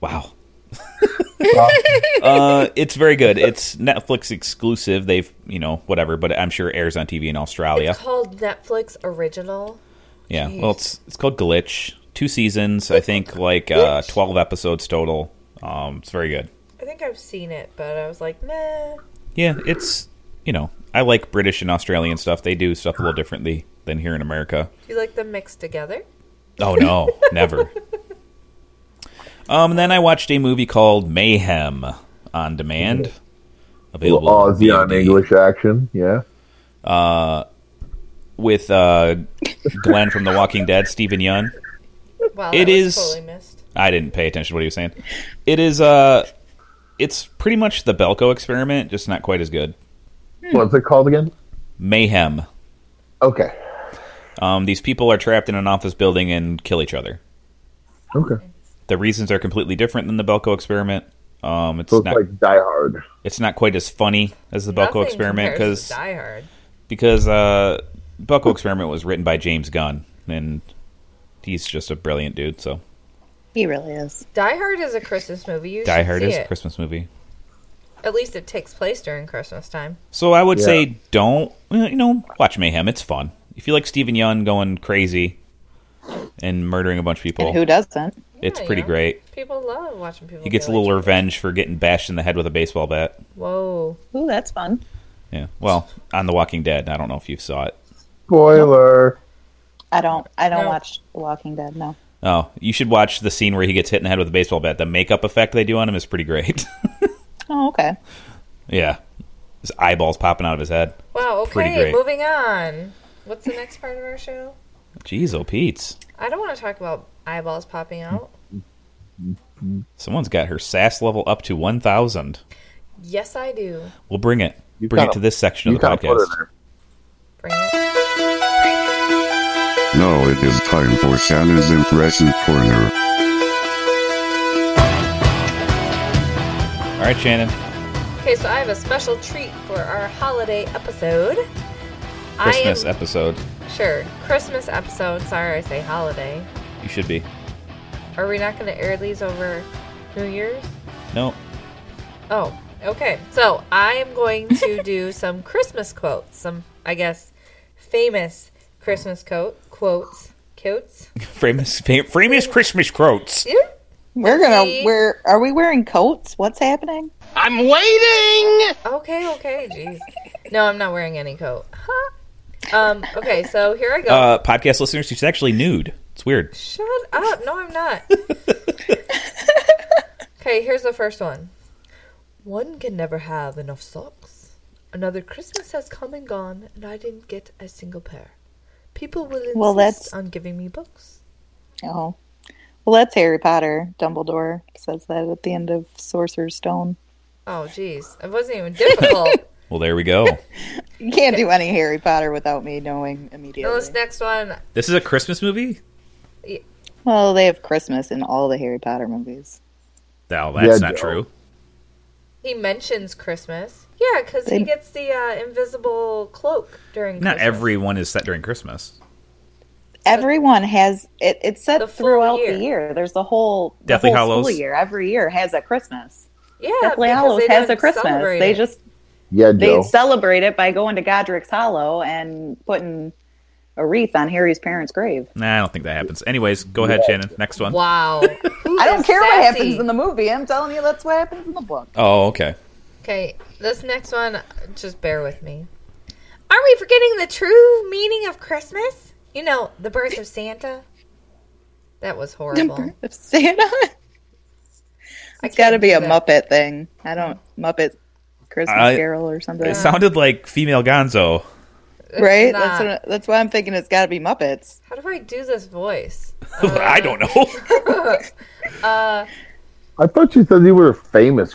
C: Wow. uh, it's very good. It's Netflix exclusive. They've you know whatever, but I'm sure it airs on TV in Australia.
A: It's called Netflix Original.
C: Yeah.
A: Jeez.
C: Well, it's it's called Glitch. Two seasons, I think, like uh, twelve episodes total. Um, it's very good.
A: I think I've seen it, but I was like, meh.
C: Yeah, it's you know I like British and Australian stuff. They do stuff a little differently than here in America.
A: You like them mixed together?
C: Oh no, never. Um, and then I watched a movie called Mayhem on demand, available
B: Little Aussie Oh, on
C: VOD,
B: English action. Yeah.
C: with uh, Glenn from The Walking Dead, Stephen Young.
A: Wow,
C: It
A: it is
C: is-
A: totally missed.
C: I didn't pay attention to what he was saying. It is uh, it's pretty much the Belko experiment, just not quite as good.
A: Hmm.
B: What's it called again?
C: Mayhem.
B: Okay.
C: Um, these people are trapped in an office building and kill each other.
B: Okay.
C: the reasons are completely different than the Belko experiment. Um, it's
B: So it's
C: not
B: like Die Hard.
C: it's not quite as funny as the Belko
A: Nothing
C: experiment
A: compares to
C: because
A: Die Hard.
C: because uh, Belko experiment was written by James Gunn and he's just a brilliant dude. So
E: He really is.
A: Die Hard is a Christmas movie. You
C: Die
A: should
C: Hard
A: see
C: is a
A: it.
C: Christmas movie.
A: At least it takes place during Christmas time.
C: So I would
B: Yeah.
C: say don't well, you know watch Mayhem. It's fun if you like Stephen Young going crazy and murdering a bunch of people.
E: And who doesn't?
C: it's
A: Yeah,
C: pretty
A: yeah.
C: great.
A: People love watching people.
C: He gets a
A: kill each
C: little
A: other.
C: revenge for getting bashed in the head with a baseball bat.
A: Whoa!
F: Ooh, that's fun.
C: Yeah. Well, on The Walking Dead, I don't know if you saw it.
B: Spoiler.
E: I don't. I don't
A: No.
E: watch The Walking Dead. No.
C: Oh, you should watch the scene where he gets hit in the head with a baseball bat. The makeup effect they do on him is pretty great.
E: Oh, okay.
C: yeah. His eyeballs popping out of his head.
A: Wow.
C: pretty
A: Okay,
C: great.
A: moving on. What's the next part of our show?
C: Jeez, oh, Pete's.
A: I don't want to talk about eyeballs popping
C: Hmm.
A: out.
C: Someone's got her sass level up to 1,000.
A: Yes, I do.
C: We'll bring it.
B: You
C: bring it
B: kinda-
C: to this section
B: You
C: of the
B: kind of put it
C: podcast.
B: there.
A: Bring it.
D: Now it is time for Shannon's Impression Corner.
C: All right, Shannon.
A: Okay, so I have a special treat for our holiday episode.
C: Christmas
A: I am,
C: episode.
A: sure Christmas episode. Sorry, I say holiday.
C: You should be.
A: Are we not going to air these over New Year's?
C: No.
A: Oh, okay. So I am going to do some Christmas quotes. Some, I guess, famous Christmas quote quotes. Quotes.
C: Famous, fam- famous Christmas quotes.
A: Yeah.
E: We're gonna.
A: See?
E: We're. Are we wearing coats? What's happening?
G: I'm waiting!
A: Okay. Okay. Jeez. No, I'm not wearing any coat. Huh? Um. Okay. So here I go.
C: Uh, podcast listeners, she's actually nude. It's weird.
A: Shut up. No, I'm not. okay, here's the first one. One can never have enough socks. Another Christmas has come and gone, and I didn't get a single pair. People will insist
E: Well, that's-
A: on giving me books.
E: Oh. Well, that's Harry Potter. Dumbledore says that at the end of Sorcerer's Stone.
A: Oh, jeez. It wasn't even difficult.
C: Well, there we go.
E: You can't do any Harry Potter without me knowing
A: Now
E: immediately.
A: this next one,
C: this is a Christmas movie.
E: Well, they have Christmas in all the Harry Potter movies.
C: No, that's
B: Yeah,
C: not
B: Joe.
C: true.
A: he mentions Christmas. Yeah, because he
E: They-
A: gets the uh, invisible cloak during.
C: Not
A: Christmas.
C: everyone is set during Christmas.
F: Everyone has it. It's set
A: The full
F: throughout
A: year.
F: the year. There's the whole the
C: Deathly
F: whole
C: Hallows.
F: school year. Every year has a Christmas.
A: Yeah,
F: Deathly
A: because
F: Hallows
A: they
F: has a
A: don't
F: Christmas.
A: celebrate
F: They
A: it.
F: just
B: Yeah,
F: they
B: Joe.
F: celebrate it by going to Godric's Hollow and putting a wreath on Harry's parents' grave.
C: Nah, I don't think that happens. Anyways, go ahead, Shannon. Next one.
A: Wow.
F: I don't care what happens in
A: the.
F: the movie. I'm telling you, that's what happens in the book.
C: Oh, okay.
A: Okay, this next one, just bear with me. Are we forgetting the true meaning of Christmas? You know, the birth of Santa? That was horrible.
E: If Santa, it's got to be a Muppet thing. I don't Muppet Christmas
C: I-
E: Carol or something,
C: It sounded like female Gonzo.
E: right?
A: not.
E: That's what, that's why I'm thinking it's got to be Muppets.
A: How do I do this voice?
C: I don't know.
B: I thought you said you were famous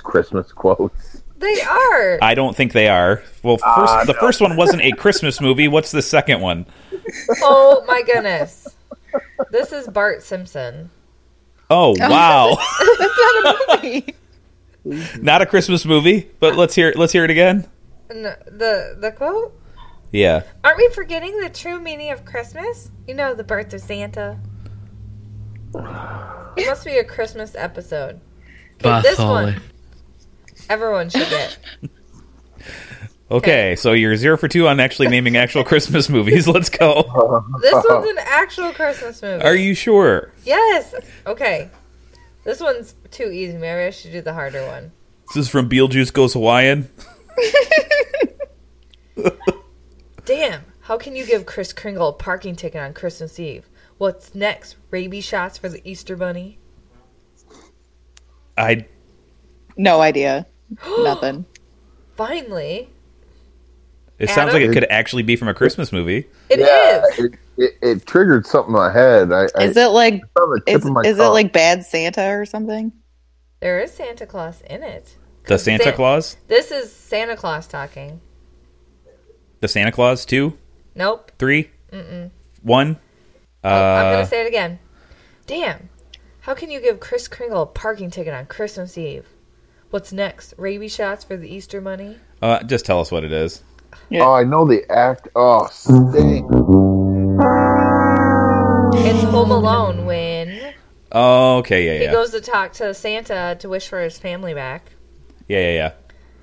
B: Christmas quotes.
A: They are.
C: I don't think they are. Well, first the first one wasn't a Christmas movie. What's the second one?
A: Oh my goodness. This is Bart Simpson.
C: Oh, wow.
E: That's not a movie.
C: Not a Christmas movie, but let's hear let's hear it again.
A: And the the quote?
C: Yeah.
A: Aren't we forgetting the true meaning of Christmas? You know, the birth of Santa. It must be a Christmas episode.
H: Bath
A: this
H: Holly.
A: one. Everyone should get.
C: Okay, so you're 0 for 2 on actually naming actual Christmas movies. Let's
A: Uh-huh.
C: go.
A: This one's an actual Christmas movie.
C: Are you sure?
A: Yes. Okay. This one's too easy. Maybe I should do the harder one.
C: This is from Beetlejuice Goes Hawaiian.
A: Damn. How can you give Chris Kringle a parking ticket on Christmas Eve? What's next? Rabies shots for the Easter Bunny?
C: I
E: No idea. Nothing.
A: Finally,
C: it sounds
A: Adam?
C: like it could actually be from a Christmas movie.
A: it is.
B: yeah, It, it, it triggered something in my head. I, I,
E: Is it like
B: it's on the tip
E: is,
B: of my
E: is it
B: tongue.
E: like Bad Santa or something?
A: There is Santa Claus in it.
C: The Santa
A: Sa-
C: Claus?
A: This is Santa Claus talking.
C: The Santa Claus 2?
A: Nope.
C: 3? Mm-mm. 1? Uh,
A: I'm gonna say it again. Damn. How can you give Chris Kringle a parking ticket on Christmas Eve? What's next? Rabies shots for the Easter Bunny?
C: uh, just tell us what it is.
B: Oh, I know the act. Oh,
C: Mm-hmm.
B: sting.
A: It's Home Alone when.
C: Oh, okay,
A: He
C: yeah, yeah.
A: goes to talk to Santa to wish for his family back,
C: Yeah, yeah, yeah.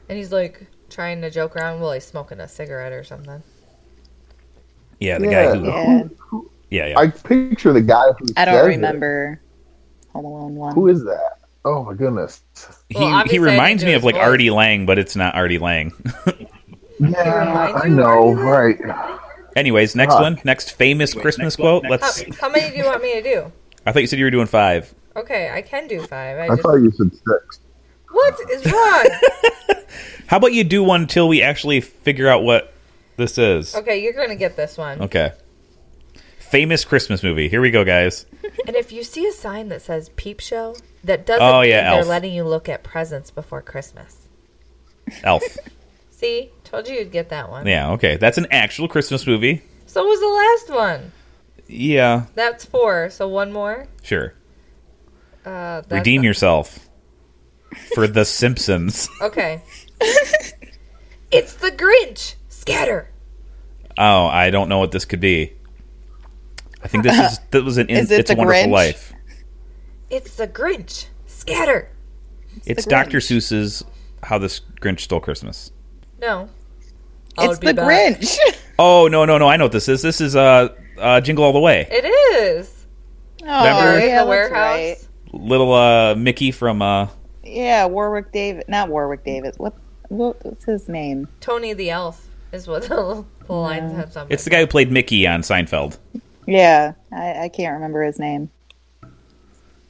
A: and he's like trying to joke around while he's smoking a cigarette or something.
C: Yeah, the
B: Yeah.
C: guy who
E: Yeah,
C: Yeah, yeah.
B: I picture the guy who.
E: I
B: says
E: don't
B: it.
E: remember Home Alone one.
B: Who is that? Oh my goodness.
C: he
A: Well, obviously I
C: he
A: didn't
C: reminds
A: do
C: me
A: his
C: of like
A: voice.
C: Artie Lang, but it's not Artie Lang.
B: Yeah,
A: reminds
B: I
A: you of
B: know, right?
C: Anyways, next
B: Fuck.
C: one, next famous Christmas quote.
A: How,
C: Let's.
A: how many do you want me to do?
C: I thought you said you were doing five.
A: Okay, I can do five. I
B: I
A: just
B: thought you said six.
A: what is wrong?
C: How about you do one till we actually figure out what this is?
A: okay, you're gonna get this one.
C: Okay. Famous Christmas movie. Here we go, guys.
A: And if you see a sign that says "peep show," that doesn't
C: Oh,
A: mean
C: yeah,
A: they're
C: Elf.
A: letting you look at presents before Christmas.
C: Elf.
A: See, told you you'd get that one.
C: yeah. Okay. That's an actual Christmas movie.
A: So was the last one.
C: Yeah.
A: That's four. So one more.
C: Sure.
A: Uh, that's
C: Redeem yourself for The Simpsons.
A: Okay. it's the Grinch. Scatter.
C: Oh, I don't know what this could be. I think this is that was an in,
E: Is it
C: it's a
E: The
C: wonderful
E: Grinch?
C: life.
A: It's the Grinch. Scatter.
C: It's
E: The
C: Dr.
E: Grinch.
C: Seuss's How the Grinch Stole Christmas.
A: No. I'll
E: It's
A: be
E: the
A: back.
E: Grinch.
C: Oh no no no! I know what this is. This is uh, uh Jingle All the Way.
A: It is.
E: Oh, yeah,
C: Remember?
A: In the
E: that's
A: warehouse.
E: right.
C: Little uh Mickey from uh
E: Yeah, Warwick David, not Warwick Davis. What, what what's his name?
A: Tony the Elf is what the, the lines have something.
C: it's the guy who played Mickey on Seinfeld.
E: Yeah, I, I can't remember his name.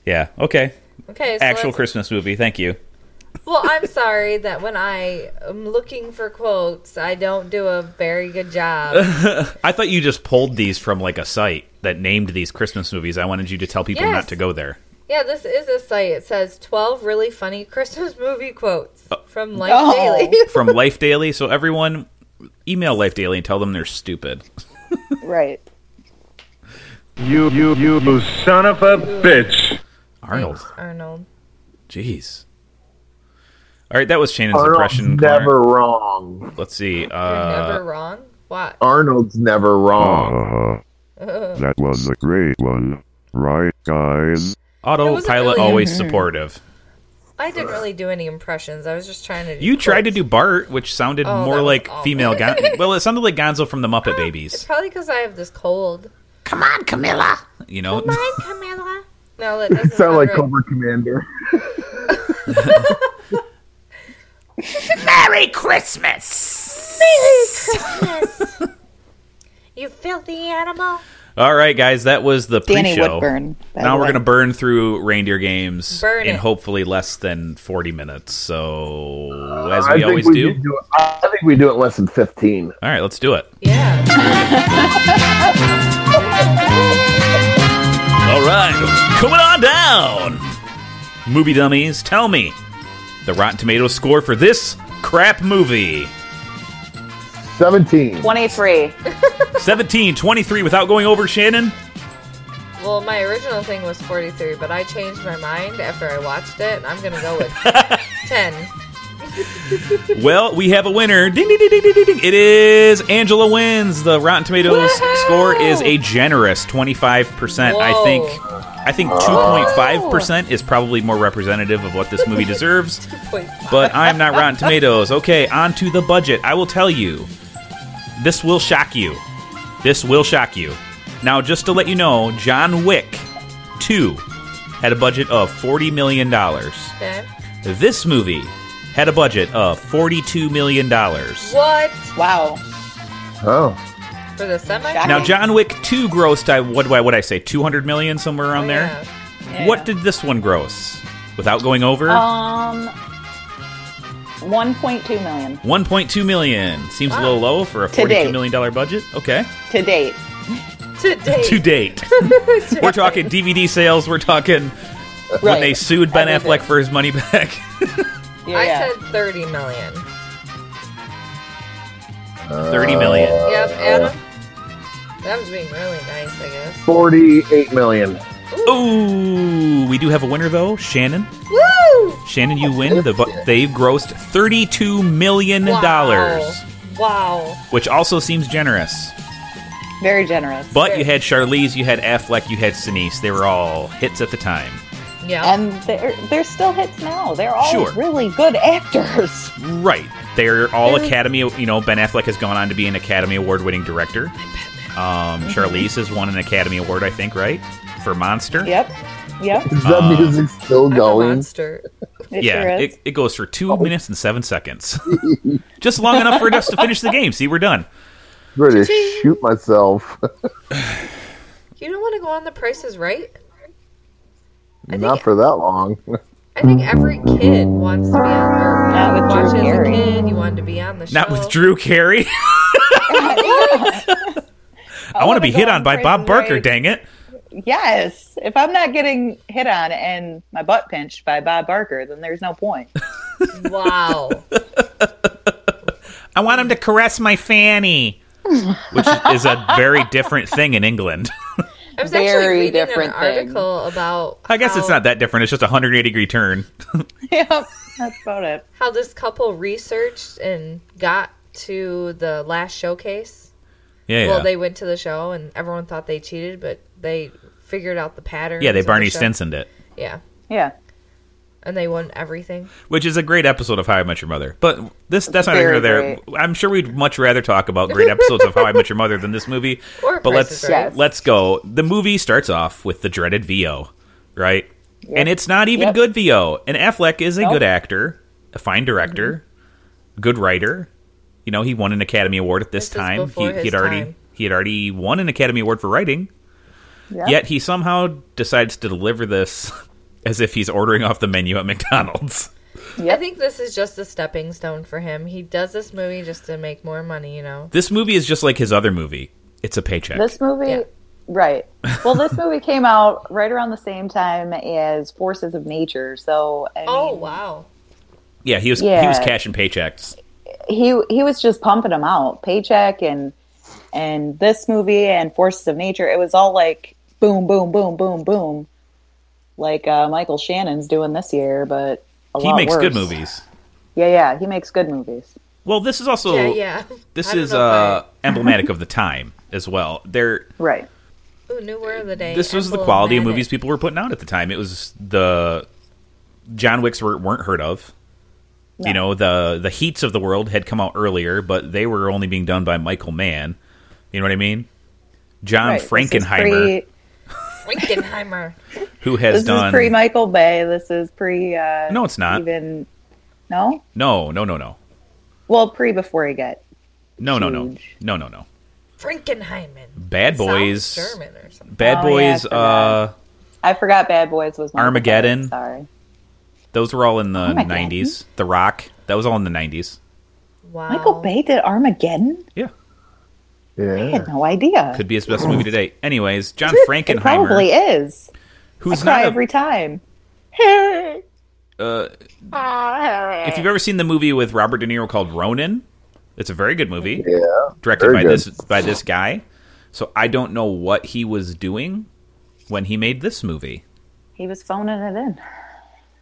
C: Yeah. Okay.
A: okay, so
C: Actual
A: that's-
C: Christmas movie. Thank you.
A: Well, I'm sorry that when I am looking for quotes, I don't do a very good job.
C: I thought you just pulled these from like a site that named these Christmas movies. I wanted you to tell people
A: Yes.
C: not to go there.
A: yeah, this is a site. It says 12 really funny Christmas movie quotes.
C: Uh,
A: from Life
E: Oh.
A: Daily.
C: from Life Daily. So everyone, email Life Daily and tell them they're stupid.
E: Right.
G: You, you, you, you son of a bitch.
C: Arnold,
A: Arnold.
C: jeez. All right, that was Shannon's
B: Arnold's
C: impression. Connor.
B: never wrong.
C: Let's see.
A: You're
C: Uh,
A: never wrong. What?
B: Arnold's never wrong.
D: Uh-huh. That was a great one. Right, guys?
A: It wasn't
C: autopilot
A: really-
C: always supportive.
A: I didn't really do any impressions. I was just trying to. Do
C: uh, You tried to
A: quotes.
C: do Bart, which sounded
A: Oh, that
C: more
A: was
C: like
A: awful.
C: female. Gon- well, it sounded like Gonzo from the Muppet
A: It's
C: Babies.
A: probably because I have this cold.
C: You know,
A: Camilla. No, that
C: Oh.
A: doesn't
B: Sound like
A: right.
B: Cobra Commander.
A: You filthy animal.
C: All right, guys, that was the
E: Danny
C: pre-show.
E: Woodburn. by
C: Now
E: the
C: we're
E: way.
C: gonna burn through reindeer games
A: Burn
C: in
A: it.
C: hopefully less than forty minutes. So as
B: Uh, I
C: we
B: think
C: always
B: we
C: do.
B: could do it- I think we do it in less than fifteen.
C: All right, let's do it.
A: Yeah.
C: All right, coming on down. Movie dummies, tell me the Rotten Tomatoes score for this crap movie.
B: Seventeen.
F: 23.
C: 17, 23 without going over Shannon.
A: Well, my original thing was 43, but I changed my mind after I watched it, and I'm gonna go with 10.
C: Well, we have a winner. Ding, ding, ding, ding, ding, ding, ding. It is Angela wins. The Rotten Tomatoes score is a generous 25%. I
A: Whoa.
C: think I think 2.5% is probably more representative of what this movie deserves,
A: Wait,
C: but I'm not Rotten Tomatoes. Okay, on to the budget. I will tell you. This will shock you. This will shock you. Now, just to let you know, John Wick 2 had a budget of $40 million.
A: okay.
C: This movie had a budget of $42 million.
A: What?
E: Wow.
B: Oh,
A: For the semi?
E: Shocking.
C: Now, John Wick 2 grossed, I, what do I, what I say, 200 million, somewhere around there?
A: Yeah.
F: Oh,
C: What did this one gross? Without going over?
F: Um, 1.2 million
C: 1.2 million. Seems a
A: Wow.
C: little low for a
E: To
C: $42
E: date.
C: million dollar budget. Okay.
E: To date.
A: Today.
C: To date. we're talking DVD sales. We're talking Uh, when
E: Right.
C: they sued Ben
E: Everything.
C: Affleck for his money back.
F: Yeah,
A: I
F: yeah.
A: said 30 million.
B: Uh,
C: 30 million.
A: Yep, Adam. That was being really nice, I guess.
B: forty-eight million.
C: Uh, Ooh, we do have a winner, though. Shannon.
A: Woo!
C: Shannon, you win. The bu- they grossed $32 million.
A: Wow.
C: which also seems generous.
E: Very generous.
C: But you had Charlize, you had Affleck, you had Sinise. They were all hits at the time.
A: wow. Yeah.
F: and they're, they're still hits now. They're all
C: Sure.
F: really good actors.
C: Right. They're all Academy. You know, Ben Affleck has gone on to be an Academy Award-winning director. Um,
F: Mm-hmm.
C: Charlize has won an Academy Award, I think, right for Monster.
F: Yep. Yep.
B: Is the
C: Uh,
B: music still
A: I'm a
B: going?
A: monster.
F: It
C: Yeah,
F: sure is.
C: it, it goes for two minutes and seven seconds. Just long enough for us to finish the game. See, we're done.
B: I'm ready to shoot myself.
A: You don't want to go on The Price is Right? think-
B: Not for that long.
A: I think every kid wants to be on there.
F: Not with Drew
A: Watch as a
F: Carey.
A: kid, you wanted to be on the show.
C: Not with Drew Carey. I want to
F: wanna
C: be
F: go
C: hit
F: on
C: on by
F: Price
C: Bob
F: is
C: Barker.
F: Right.
C: Dang it!
E: Yes. If I'm not getting hit on and my butt pinched by Bob Barker, then there's no point.
A: Wow.
C: I want him to caress my fanny, which is a very different thing in England.
A: I was
E: Very
A: actually reading an
E: different thing.
A: article about
C: I guess it's
A: how-
C: not that different. It's just a 180 degree turn.
E: yep. That's about it.
A: how this couple researched and got to the last showcase.
C: Yeah, yeah.
A: Well, they went to the show and everyone thought they cheated, but they figured out the pattern.
C: yeah, they Barney Stinsoned it,
A: Yeah,
E: Yeah.
A: and they won everything.
C: which is a great episode of How I Met Your Mother. But this that's not
E: Very
C: either there. I'm sure we'd much rather talk about great episodes of How I Met Your Mother than this movie.
A: Or
C: but
A: Price is
C: let's
A: Right.
C: let's go. The movie starts off with the dreaded VO, right? And it's not even
F: Yep.
C: good VO. And Affleck is a good actor, a fine director, good writer. You know, he won an Academy Award at this,
A: Mm-hmm. This is
C: time. He
A: before
C: he
A: his
C: had already
A: time.
C: he had already won an Academy Award for writing. Yet he somehow decides to deliver this as if he's ordering off the menu at McDonald's.
A: I think this is just a stepping stone for him. He does this movie just to make more money. You know,
C: This movie is just like his other movie. It's a paycheck.
F: This movie,
A: Yeah.
F: right. Well, this movie came out
C: Oh.
F: right around the same time as Forces of Nature. So, I mean,
A: Oh wow.
C: Yeah, he was he
F: Yeah.
C: was cashing paychecks.
F: he he was just pumping them out paycheck and and this movie and forces of nature it was all like boom boom boom boom boom like uh, michael shannon's doing this year but a
C: He
F: lot
C: makes good
F: worse.
C: movies.
F: yeah yeah he makes good movies
C: Well, this is also
A: yeah, yeah. I
C: this
A: don't
C: is
A: know if
C: uh emblematic of the time as well. There
F: right
A: I- Ooh, new word of the day.
C: this was the
A: emblematic.
C: quality of movies people were putting out at the time. It was the John Wicks were, weren't heard of. You know, the the heats of the world had come out earlier, but they were only being done by Michael Mann. You know what I mean? John
F: right.
C: Frankenheimer,
F: this is pre,
A: Frankenheimer.
C: who has
F: this is
C: done
F: pre michael bay this is pre uh
C: No, it's not.
F: even no
C: no, no, no, no,
F: well pre before he got
C: no, no, no,
F: Huge.
C: no, no, no.
A: Frankenheimer.
C: Bad Boys,
A: Sounds German or something.
C: Bad
F: Oh, yeah, I
C: Boys.
F: forgot.
C: uh,
F: i forgot bad boys was Michael Bay.
C: Armageddon.
F: sorry
C: those were all in the
F: Armageddon?
C: nineties. The Rock, that was all in the nineties.
A: Wow.
F: michael bay did armageddon
C: Yeah,
F: i
B: Yeah.
F: had no idea
C: could be his best movie today. Anyways, John
F: it
C: Frankenheimer,
F: probably is
C: who's
F: cry
C: not a
F: every time.
C: uh, if you've ever seen the movie with Robert De Niro called Ronin, it's a very good movie
B: Yeah.
C: directed
B: very
C: by
B: good.
C: this by this guy. So I don't know what he was doing when he made this movie.
F: He was phoning it in.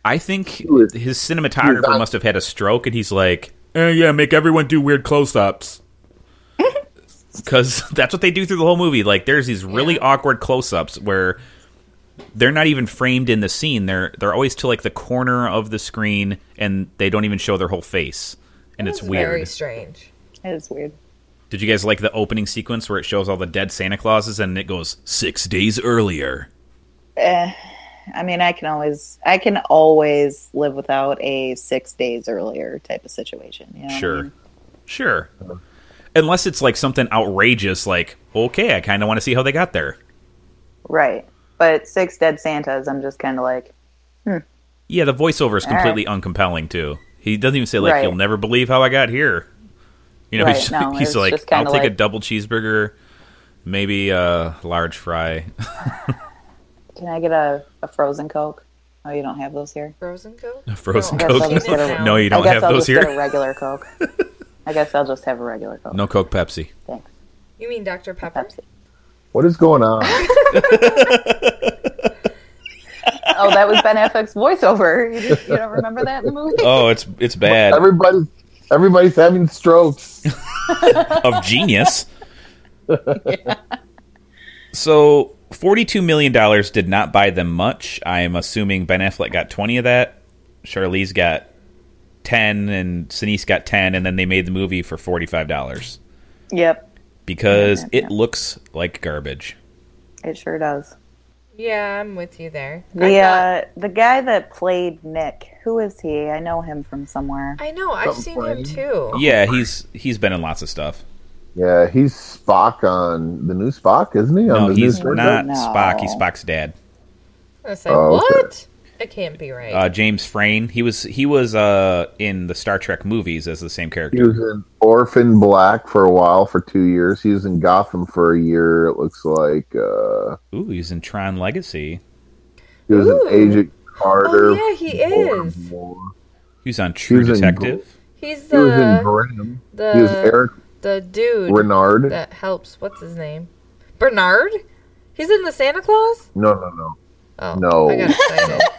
C: I think
B: was-
C: his
B: he was
C: cinematographer
B: on-
C: must have had a stroke, and he's like, eh, "Yeah, make everyone do weird close-ups." Because that's what they do through the whole movie. Like, there's these really awkward close-ups where they're not even framed in the scene. They're they're always to like the corner of the screen, and they don't even show their whole face, and it's
A: That's
C: weird.
A: Very strange.
F: It is weird.
C: Did you guys like the opening sequence where it shows all the dead Santa Clauses and it goes six days earlier?
F: I mean, I can always, I can always live without a six days earlier type of situation. You know?
C: Sure. Sure. Unless it's like something outrageous, like, okay, I kind of want to see how they got there.
F: Right. But six dead Santas, I'm just kind of like,
C: Yeah, the voiceover is completely uncompelling, too. He doesn't even say, like,
F: Right.
C: you'll never believe how I got here. You know,
F: Right,
C: he's,
F: no,
C: he's
F: it's
C: like,
F: just
C: I'll
F: kinda
C: take a
F: like-
C: double cheeseburger, maybe a large fry.
F: can I get a, a frozen Coke? Oh, you don't have those here?
A: Frozen Coke.
C: Frozen
F: I guess I'll
C: Coke.
F: just get a-
C: no, you
F: I
C: don't
F: guess
C: have
F: I'll
C: those
F: just get
C: here.
F: a regular Coke. I guess I'll just have a regular Coke.
C: No Coke Pepsi.
F: Thanks.
A: You mean Dr. Pepper?
F: Pepsi.
B: What is going on?
F: Oh, that was Ben Affleck's voiceover. You, just, you don't remember that in the movie?
C: Oh, it's it's bad.
B: Everybody, everybody's having strokes.
C: of genius. so forty-two million dollars did not buy them much. I'm assuming Ben Affleck got twenty of that. Charlize got ten, and Sinise got ten, and then they made the movie for forty-five dollars
F: Yep.
C: because it looks like garbage.
F: It sure does.
A: Yeah, I'm with you there. I
F: The
A: thought-
F: uh, the guy that played Nick, who is he? I know him from somewhere.
A: I know. I've
B: Something
A: seen him
B: plain.
A: too.
C: Yeah, he's he's been in lots of stuff.
B: Yeah, he's Spock on the new Spock, isn't he? On
C: No,
B: the new
C: he's
B: Star
C: not
B: Trek?
F: No.
C: Spock. He's Spock's dad,
A: I was like,
B: Oh, okay.
A: what? That can't be right.
C: uh, James Frain. He was he was uh, in the Star Trek movies as the same
B: He
C: character.
B: was in Orphan Black for a while, for two years. He was in Gotham for a year. It looks like uh,
C: Ooh, he's in Tron Legacy.
B: he was
A: Ooh.
B: an Agent Carter.
A: oh yeah, he is.
C: He was on True
B: was in
C: Detective.
A: He's
B: He was in
A: the
B: Grimm.
A: the
B: He was Eric
A: the dude
B: Renard.
A: that helps. What's his name? Bernard. He's in the Santa Claus.
B: No, no, no.
A: Oh
B: No.
A: I got excited.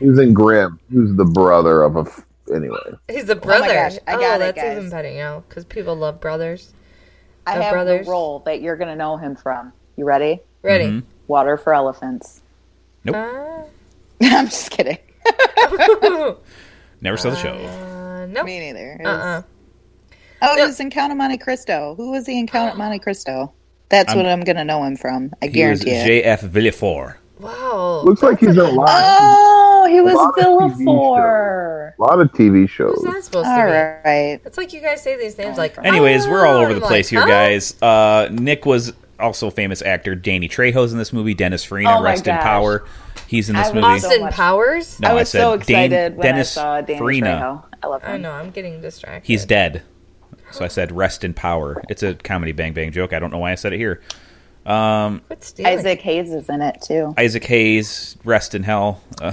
B: He was in Grimm. He was the brother of a. F- anyway,
A: He's the brother.
F: gosh, I
A: Oh,
F: got it,
A: that's
F: guys.
A: even better, you know, because people love brothers.
F: I
A: The
F: have
A: brothers.
F: the role that you're gonna know him from. You ready?
A: Ready?
F: Water for Elephants.
A: Uh,
E: I'm just kidding.
C: Never saw the show.
A: uh, nope.
E: Me neither. It
A: Uh
E: was-
A: uh
E: Oh, he was in Count of Monte Cristo. Who was he in Count of Monte Cristo? That's what I'm gonna know him from. I
C: He was
E: guarantee it.
C: J.F. Villefort.
A: Wow.
B: looks like he's in a lot,
F: Oh, he was
B: lot of TV
F: Villafore.
B: a lot of TV shows.
A: Who's that supposed
E: All
A: to be?
E: right.
A: It's like you guys say these names like.
C: Anyways, we're all
F: Oh,
C: over the
A: I'm
C: place
A: like,
C: here,
A: huh?
C: guys. Uh, Nick was also a famous actor. Danny Trejo's in this movie. Dennis Farina,
F: Oh my
C: Rest in
F: gosh.
C: Power. He's in this
F: I
C: movie.
F: was
A: Austin
F: So much.
A: Powers.
C: no,
F: I was
C: said
F: so
C: Dan-
F: excited when
C: Dennis
F: I saw Danny
C: Farina.
F: Trejo. I love him.
A: I know. I'm getting distracted.
C: He's dead. So I said Rest in Power. It's a comedy bang bang joke. I don't know why I said it here.
A: Quit stealing.
F: Isaac Hayes is in it too.
C: Isaac Hayes, Rest in Hell. Uh,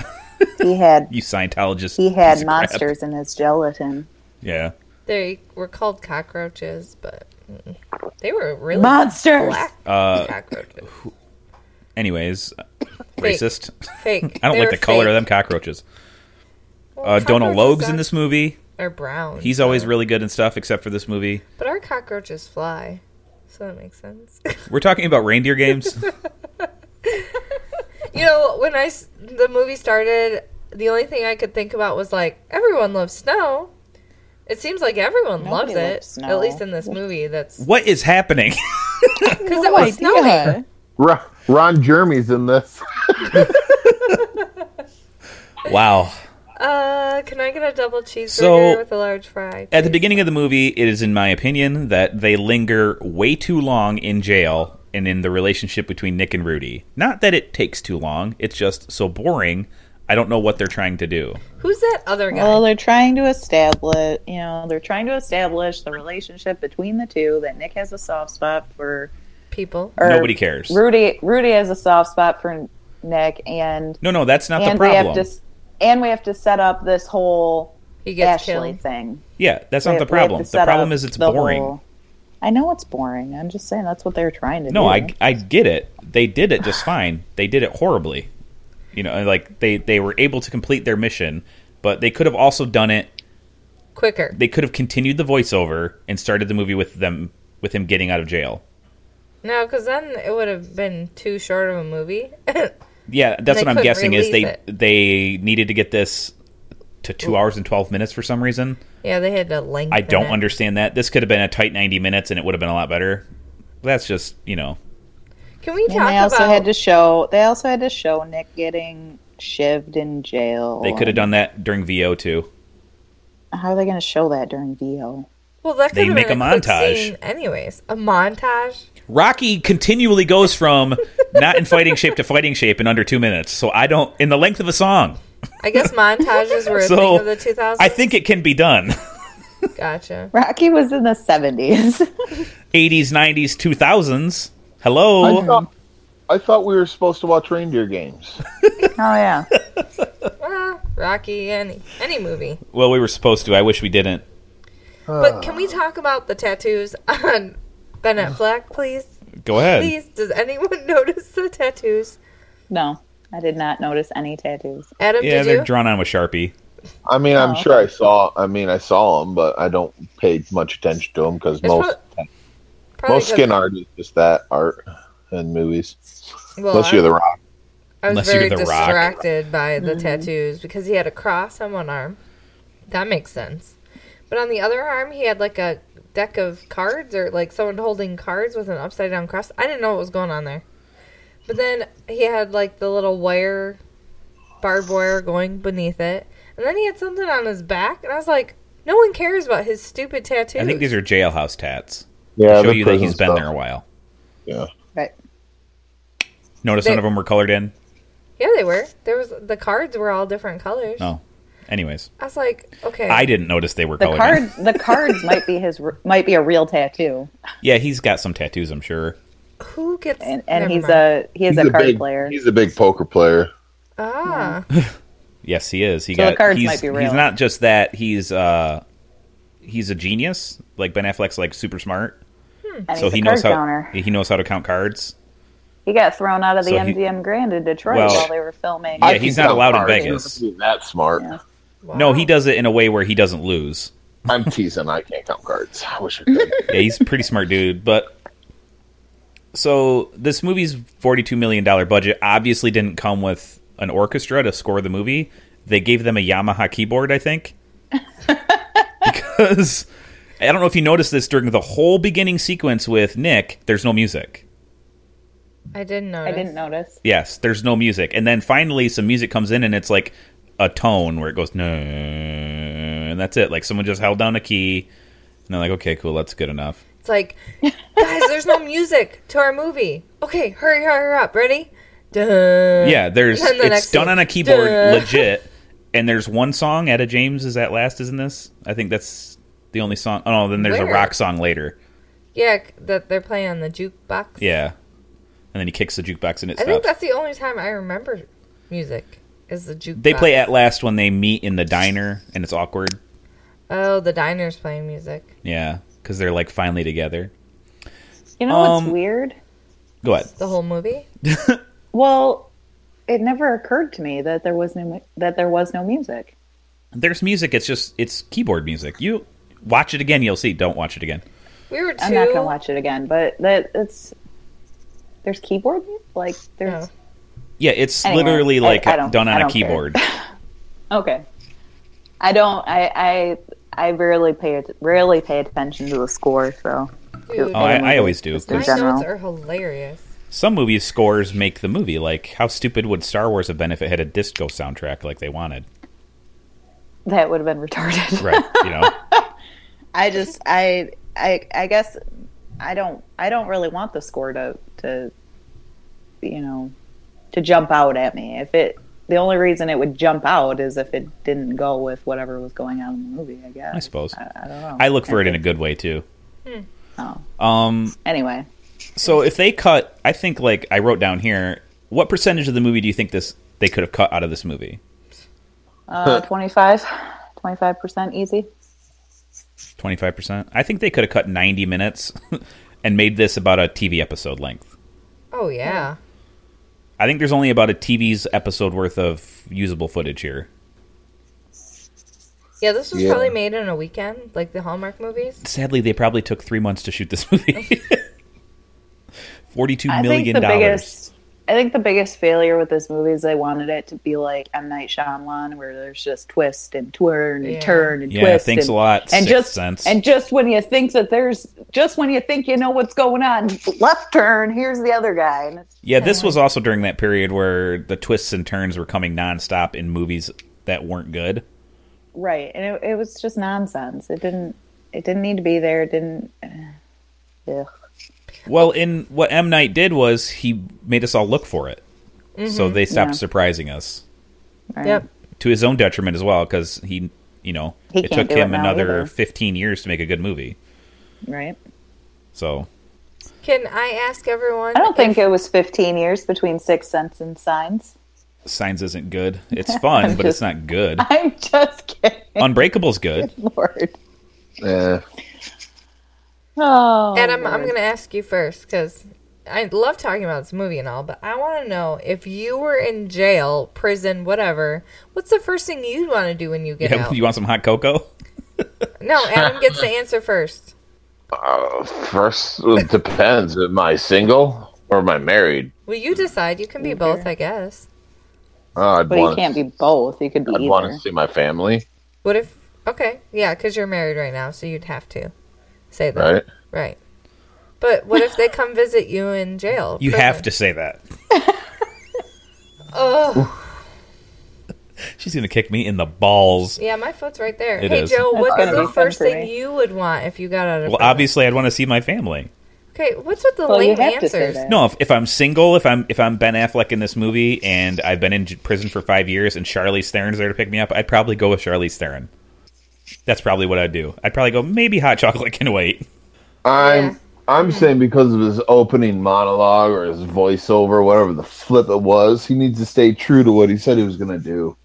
F: He had
C: You Scientologist.
F: he had
C: piece of crap.
F: monsters in his gelatin.
C: Yeah.
A: They were called cockroaches, but mm, they were really
F: Monsters.
A: black
C: Uh,
A: cockroaches.
C: Anyways,
A: Fake.
C: racist.
A: Fake.
C: I don't
A: They
C: like
A: were
C: the color of them
A: fake.
C: cockroaches.
A: Well,
C: Uh, Donald
A: cockroaches
C: Logue's in
A: are-
C: this movie.
A: are brown.
C: He's always really good and stuff, except for this movie.
A: But our cockroaches fly, so that makes sense.
C: We're talking about reindeer games.
A: you know, when I s- the movie started, the only thing I could think about was like everyone loves snow. It seems like everyone
E: Nobody
A: loves it,
E: loves snow.
A: at least in this movie. That's
C: what is happening?
A: because it was snowing.
B: Ron, Ron Jeremy's in this.
C: wow.
A: Uh, can I get a double cheeseburger
C: So-
A: with a large fry?
C: At the beginning of the movie, it is in my opinion that they linger way too long in jail and in the relationship between Nick and Rudy. Not that it takes too long, it's just so boring. I don't know what they're trying to do.
A: Who's that other guy?
E: Well, they're trying to establish.
F: Establish, you know, they're trying to establish the relationship between the two. That Nick has a soft spot for,
A: People.
F: or
C: Nobody cares.
F: Rudy. Rudy has a soft spot for Nick, and
C: No, no, that's not the
F: and we have
C: problem.
F: to, s- and we have to set up this whole
A: He gets
F: Ashley
A: killed.
F: thing.
C: yeah, that's
F: We-
C: not the
F: we have to
C: problem. The
F: set
C: problem
F: up
C: is it's
F: the
C: boring.
F: whole- I know it's boring. I'm just saying that's what they were trying to do.
C: No, I I get it. They did it just fine. They did it horribly. You know, like they they were able to complete their mission, but they could have also done it.
A: Quicker.
C: They could have continued the voiceover and started the movie with them with him getting out of jail.
A: No, because then it would have been too short of a movie.
C: Yeah, that's
A: They
C: what I'm
A: couldn't
C: guessing is they
A: release it.
C: they needed to get this to 2 hours and 12 minutes for some reason.
A: yeah, they had to lengthen.
C: I don't
A: it.
C: understand that. This could have been a tight 90 minutes and it would have been a lot better. That's just, you know,
A: Can we
E: And
A: talk
E: they also
A: about?
E: had to show. They also had to show Nick getting shivved in jail.
C: they could have done that during VO too.
E: How are they going to show that during VO?
A: well, that could
C: they
A: have
C: make
A: been
C: a
A: quick
C: montage.
A: scene anyways, a montage.
C: Rocky continually goes from not in fighting shape to fighting shape in under 2 minutes. So I don't in the length of a song.
A: I guess montages were a thing
C: So
A: of the 2000s.
C: I think it can be done.
A: Gotcha.
E: Rocky was in the seventies.
C: 80s, 90s, 2000s. Hello.
B: I, thought, I thought we were supposed to watch reindeer games.
E: Oh yeah,
A: Ah, Rocky, any any movie.
C: Well, we were supposed to. I wish we didn't.
A: But can we talk about the tattoos on Bennett Black, please?
C: Go ahead.
A: Please, does anyone notice the tattoos?
F: No, I did not notice any tattoos.
A: Adam,
C: Yeah,
A: did
C: they're
A: you?
C: drawn on with Sharpie.
B: I mean, I'm sure I saw. I mean, I saw them, but I don't pay much attention to them because
A: It's
B: most
A: Probably
B: most
A: 'cause-
B: skin art is just that art and movies.
A: well,
B: Unless
A: I-
B: you're the Rock.
A: I was
C: Unless
A: very
C: you're The Rock.
A: distracted by the tattoos because he had a cross on one arm. That makes sense. But on the other arm, he had like a deck of cards or like someone holding cards with an upside down cross. I didn't know what was going on there. But then he had like the little wire, barbed wire going beneath it. And then he had something on his back. And I was like, no one cares about his stupid tattoos.
C: I think these are jailhouse tats.
B: Yeah,
C: show
B: the
C: you that he's
B: prison
C: been
B: stuff.
C: there a while.
B: Yeah.
C: Notice
A: They-
C: none of them were colored in.
A: Yeah, they were. There was the cards were all different colors.
C: Oh. Anyways,
A: I was like, okay.
C: I didn't notice they were
F: The
C: colored. in.
F: card, the cards might be his, r- might be a real tattoo,
C: Yeah, he's got some tattoos, I'm sure.
A: who gets
F: and and
A: never
F: he's
A: mind.
F: a he is
B: He's
F: a card
B: big,
F: player.
B: He's a big poker player.
A: Ah,
C: Yes, he is. He
F: So the
C: got.
F: cards
C: he's,
F: might be real.
C: he's not just that. He's uh, he's a genius. Like Ben Affleck's, like super smart.
F: And
C: so
F: he's
C: he
F: a
C: knows
F: card
C: how
F: counter.
C: he knows how to count cards.
F: He got thrown out of the
C: So he-
F: MGM Grand in Detroit
C: Well,
F: while they were filming.
C: Yeah,
B: I
C: he's
B: can
C: not
B: count
C: allowed in
B: cards. He
C: Vegas.
B: doesn't be that smart.
F: Yeah.
C: No,
A: wow.
C: he does it in a way where he doesn't lose.
B: I'm teasing. I can't count cards. I wish I could.
C: Yeah, he's a pretty smart dude. But so this movie's forty-two million dollar budget obviously didn't come with an orchestra to score the movie. They gave them a Yamaha keyboard, I think, because I don't know if you noticed this during the whole beginning sequence with Nick. There's no music.
A: I didn't know.
F: I didn't notice.
C: Yes, there's no music, and then finally some music comes in, and it's like a tone where it goes no, and that's it. Like someone just held down a key, and they're like, okay, cool, that's good enough.
A: It's like, guys, there's no music to our movie. Okay, hurry, hurry up. Ready? Dun.
C: Yeah, there's
A: And then the
C: it's
A: next
C: done
A: scene.
C: on a keyboard,
A: Duh.
C: legit. And there's one song. Etta James is at last, isn't this? I think that's the only song. Oh, no, then there's a
A: Where?
C: rock song later.
A: Yeah, c- that they're playing on the jukebox.
C: Yeah, and then he kicks the jukebox and it
A: I think
C: stops.
A: that's the only time I remember music. is the jukebox.
C: They play At Last when they meet in the diner, and it's awkward.
A: Oh, the diner's playing music.
C: Yeah, because they're like finally together.
F: You know what's
C: Um,
F: weird?
C: Go ahead.
A: The whole movie.
F: Well, it never occurred to me that there was no mu- that there was no music.
C: There's music. It's just it's keyboard music. You watch it again, you'll see. Don't watch it again.
A: We were 2
F: I'm not gonna watch it again, but that it's there's keyboard mu- like there's
C: Yeah, it's
F: Anyway,
C: literally
F: I-
C: like
F: I don't-
C: done
F: I
C: on a
F: don't care.
C: keyboard.
F: Oh, okay. I don't. I I I rarely pay at- rarely pay attention to the score. So
A: Dude,
C: Oh, I, I always do.
F: Just
A: my
F: in
C: 'cause
F: general.
A: notes are hilarious.
C: Some movies scores make the movie. Like, how stupid would Star Wars have been if it had a disco soundtrack like they wanted?
F: that would have been retarded.
C: Right. You know.
F: I just I I I guess I don't I don't really want the score to to you know to jump out at me. If it the only reason it would jump out is if it didn't go with whatever was going on in the movie, I guess.
C: I suppose.
F: I, I don't know.
C: I look for it in a good way too. Um.
F: anyway.
C: So if they cut, I think like I wrote down here, what percentage of the movie do you think this they could have cut out of this movie?
F: Uh 25 25% easy.
C: Twenty five percent. I think they could have cut ninety minutes and made this about a TV episode length.
A: Oh yeah.
C: I think there's only about a TV's episode worth of usable footage here.
A: Yeah, this was
B: Yeah.
A: probably made in a weekend, like the Hallmark movies.
C: Sadly, they probably took three months to shoot this movie. Forty-two
F: I think
C: million
F: the
C: dollars.
F: biggest I think the biggest failure with this movie is they wanted it to be like M Night Shyamalan, where there's just twist and twirl and
A: Yeah.
F: turn and
C: Yeah,
F: twist.
C: thanks
F: and,
C: a lot,
F: And
C: Sixth
F: just
C: Sense.
F: and just when you think that there's just when you think you know what's going on, left turn. Here's the other guy, and it's
C: yeah, this was also during that period where the twists and turns were coming nonstop in movies that weren't good.
F: right. And it, it was just nonsense. It didn't. It didn't need to be there. It didn't. Ugh.
C: Well, in what M Night did was he made us all look for it, so they stopped
F: Mm-hmm. Yeah.
C: surprising us
F: Right.
A: Yep.
C: to his own detriment as well because he, you know,
F: He
C: it
F: can't
C: took
F: do it
C: him
F: now
C: another
F: either.
C: 15 years to make a good movie.
F: Right.
C: So
A: Can I ask everyone?
F: I don't
A: if-
F: think it was 15 years between Sixth Sense and Signs.
C: Signs isn't good. It's fun, but it's not good.
F: I'm just kidding,
C: Unbreakable's good.
F: Lord.
B: Eh.
F: Oh,
A: Adam, I'm
F: Lord.
A: going to ask you first because I love talking about this movie and all, but I want to know if you were in jail, prison, whatever, what's the first thing you'd want to do when you get
C: Yeah,
A: out?
C: you want some hot cocoa?
A: No, Adam gets the answer first.
B: Uh, first, it depends. Am I single or am I married?
A: Well, you decide. You can be both, I guess.
B: Oh, I'd
F: But you
B: want.
F: can't be both. You could be
B: I'd want
F: either.
B: to see my family,
A: What if? Okay, yeah, because you're married right now, so you'd have to say that,
B: right?
A: Right. But what if they come visit you in jail?
C: You have to say that.
A: Oh,
C: She's gonna kick me in the balls.
A: yeah, my foot's right there.
C: It
A: hey,
C: is.
A: Joe, what's
F: gonna be
A: the
F: fun
A: first
F: for
A: thing
F: me.
A: you would want if you got out of
C: Well,
A: prison?
C: obviously, I'd want to see my family.
A: Okay, what's with the
F: Well, you
A: lame
F: have to say
A: answers?
F: that.
C: No, if, if I'm single, if I'm if I'm Ben Affleck in this movie, and I've been in j- prison for five years, and Charlize Theron's there to pick me up, I'd probably go with Charlize Theron. That's probably what I'd do. I'd probably go maybe hot chocolate can wait.
B: I'm
A: Yeah.
B: I'm saying because of his opening monologue or his voiceover, whatever the flip it was, he needs to stay true to what he said he was going to do.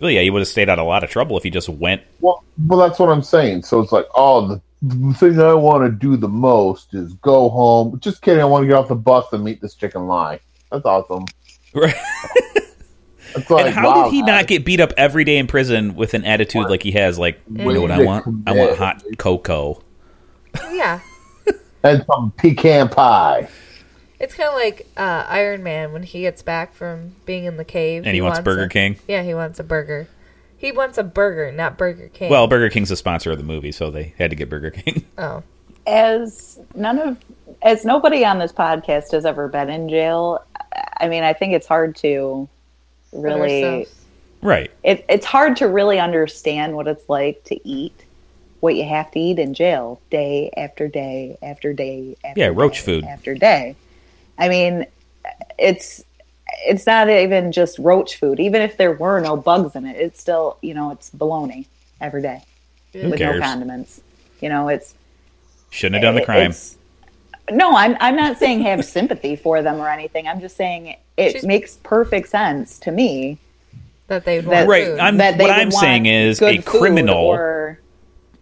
C: Well, yeah, he would have stayed out of a lot of trouble if he just went.
B: Well, well, that's what I'm saying. So it's like, oh, the, the thing I want to do the most is go home. Just kidding. I want to get off the bus and meet this chicken lie. That's awesome.
C: Right.
B: It's like,
C: and how
B: wow,
C: did he
B: guys.
C: not get beat up every day in prison with an attitude like he has? Like, you know what I
B: Way to
C: want? I want
B: commit.
C: hot cocoa.
A: Yeah.
B: And some pecan pie.
A: It's kind of like uh, Iron Man when he gets back from being in the cave.
C: And he wants Burger
A: a-
C: King?
A: Yeah, he wants a burger. He wants a burger, not Burger King.
C: Well, Burger King's the sponsor of the movie, so they had to get Burger King.
A: oh,
F: As none of, as nobody on this podcast has ever been in jail. I mean, I think it's hard to really.
A: ourselves.
C: right.
F: It, it's hard to really understand what it's like to eat what you have to eat in jail day after day after day. After
C: Yeah,
F: day
C: roach food.
F: after day. I mean, it's it's not even just roach food. Even if there were no bugs in it, it's still you know it's bologna every day.
C: Who
F: with
C: cares?
F: no condiments. You know, it's
C: Shouldn't have done the crime.
F: it's- no, I'm I'm not saying have sympathy for them or anything. I'm just saying it
A: She's-
F: makes perfect sense to me
A: that they would
E: That-
A: want
C: Right,
A: food.
C: I'm-
E: that they
C: what
E: would
C: I'm
E: want
C: saying is
E: good
C: a
E: food
C: criminal-
E: or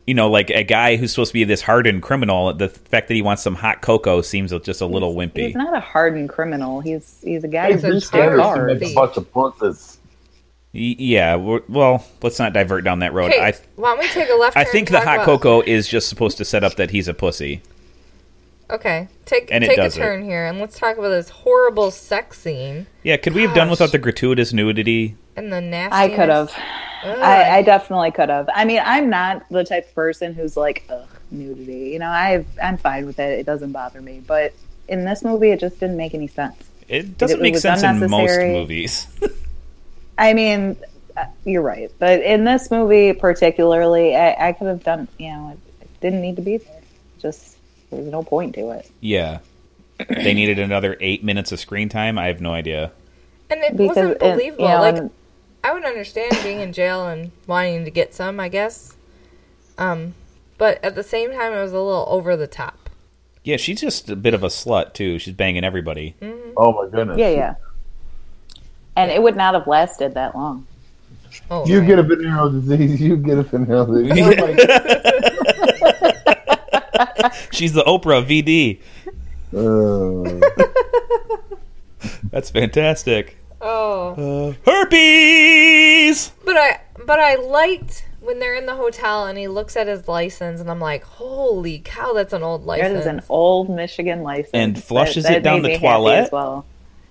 C: You know, like a guy who's supposed to be this hardened criminal. The fact that he wants some hot cocoa seems just a little wimpy.
F: He's not a hardened criminal. He's he's a guy
A: He's a
F: who
A: target.
F: stayed hard.
A: thief.
B: bunch of pussies.
C: Y- yeah. w- Well, let's not divert down that road.
A: Hey,
C: I
A: why don't we take a left?
C: I
A: turn
C: think
A: and
C: the
A: talk
C: hot
A: about-
C: cocoa is just supposed to set up that he's a pussy.
A: Okay, take
C: And it
A: take a
C: does it.
A: turn here, and let's talk about this horrible sex scene
C: Yeah, could we have done
A: Gosh.
C: without the gratuitous nudity?
A: and the nasty.
F: I could have. I, I definitely could have. I mean, I'm not the type of person who's like, ugh, nudity. You know, I I'm fine with it. It doesn't bother me. But in this movie, it just didn't make any sense.
C: It doesn't
F: it
C: make
F: was
C: sense in most
F: unnecessary.
C: movies.
F: I mean, uh, you're right. But in this movie, particularly, I, I could have done. You know, it, it didn't need to be there. Just there's no point to it.
C: yeah. They needed another eight minutes of screen time. I have no idea.
A: and it
F: Because
A: wasn't
F: it- you
A: believable.
F: know,
A: like
F: and-
A: I would understand being in jail and wanting to get some, I guess. Um, but at the same time, it was a little over the top.
C: Yeah, she's just a bit of a slut too. She's banging everybody.
A: Mm.
B: Oh my goodness!
F: Yeah, yeah. And it would not have lasted that long.
A: Oh,
B: You
A: right.
B: get a venereal disease. You get a venereal disease. Oh my
C: She's the Oprah VD.
B: Uh,
C: That's fantastic.
A: oh.
C: Herpes.
A: But I but I liked when they're in the hotel and he looks at his license and I'm like, holy cow, that's an old
F: That
A: license.
F: is an old Michigan license.
C: And flushes
F: That-
C: it
F: that
C: down
F: made
C: the
F: me happy
C: toilet?
F: as well,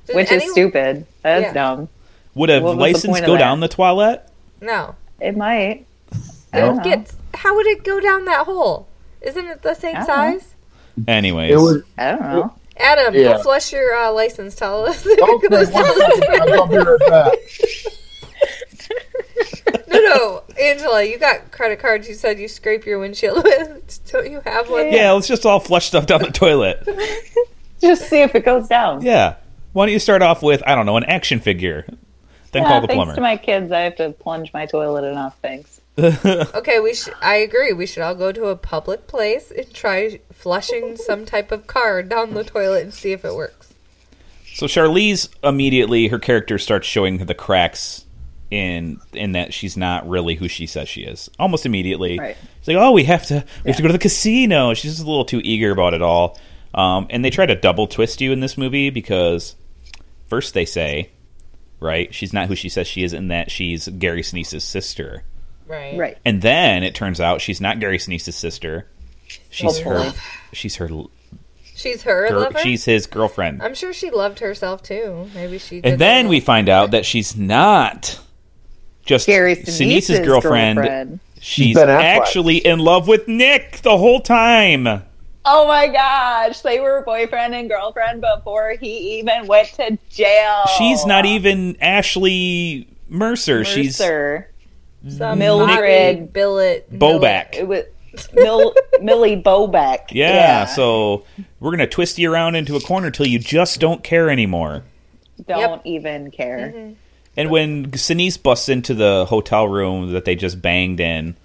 A: Did
F: which is
A: anyone-
F: stupid. That's
A: Yeah.
F: dumb.
C: Would a
F: What was the
C: license
F: point of
C: go
F: that?
C: down the toilet?
A: No,
F: It might.
A: it
F: don't know.
A: gets. How would it go down that hole? Isn't it the same
F: I don't know.
A: size?
C: Anyways,
B: it was
F: I don't know.
A: Adam,
B: Yeah.
A: flush your uh, license. Tell us.
B: okay. one second, I'll be right back.
A: no, no, Angela, you got credit cards. You said you scrape your windshield with. Don't you have one?
C: yeah, let's just all flush stuff down the toilet.
F: Just see if it goes down.
C: Yeah. Why don't you start off with I don't know an action figure, then
F: Ah,
C: call the
F: thanks
C: plumber.
F: to my kids, I have to plunge my toilet enough. Thanks.
A: Okay, we. Sh- I agree. We should all go to a public place and try flushing some type of card down the toilet and see if it works.
C: So Charlize immediately her character starts showing the cracks in in that she's not really who she says she is. Almost immediately,
F: Right.
C: she's like, "Oh, we have to we have to go to the casino." She's just a little too eager about it all. Um, and they try to double twist you in this movie because first they say, right, she's not who she says she is, in that she's Gary Sneese's sister,
A: Right.
F: Right.
C: and then it turns out she's not Gary Sneese's sister.
F: Oh,
C: She's her. She's her. l-
A: She's her
C: gir-
A: lover.
C: she's his girlfriend.
A: I'm sure she loved herself too. Maybe she. did
C: And then
A: that.
C: we find out that she's not just
F: Gary
C: Sinise's
F: Sinise's
C: girlfriend. She's
B: Ben Affleck.
C: actually in love with Nick the whole time.
F: Oh my gosh, they were boyfriend and girlfriend before he even went to jail.
C: She's not even Ashley Mercer. She's
F: Mercer.
A: Some
F: Mildred
A: Bobby Billet
C: Boback.
F: It was Mil- Millie Boback.
C: yeah, so we're going to twist you around into a corner till you just don't care anymore.
F: don't even care.
C: And when Sinise busts into the hotel room that they just banged in,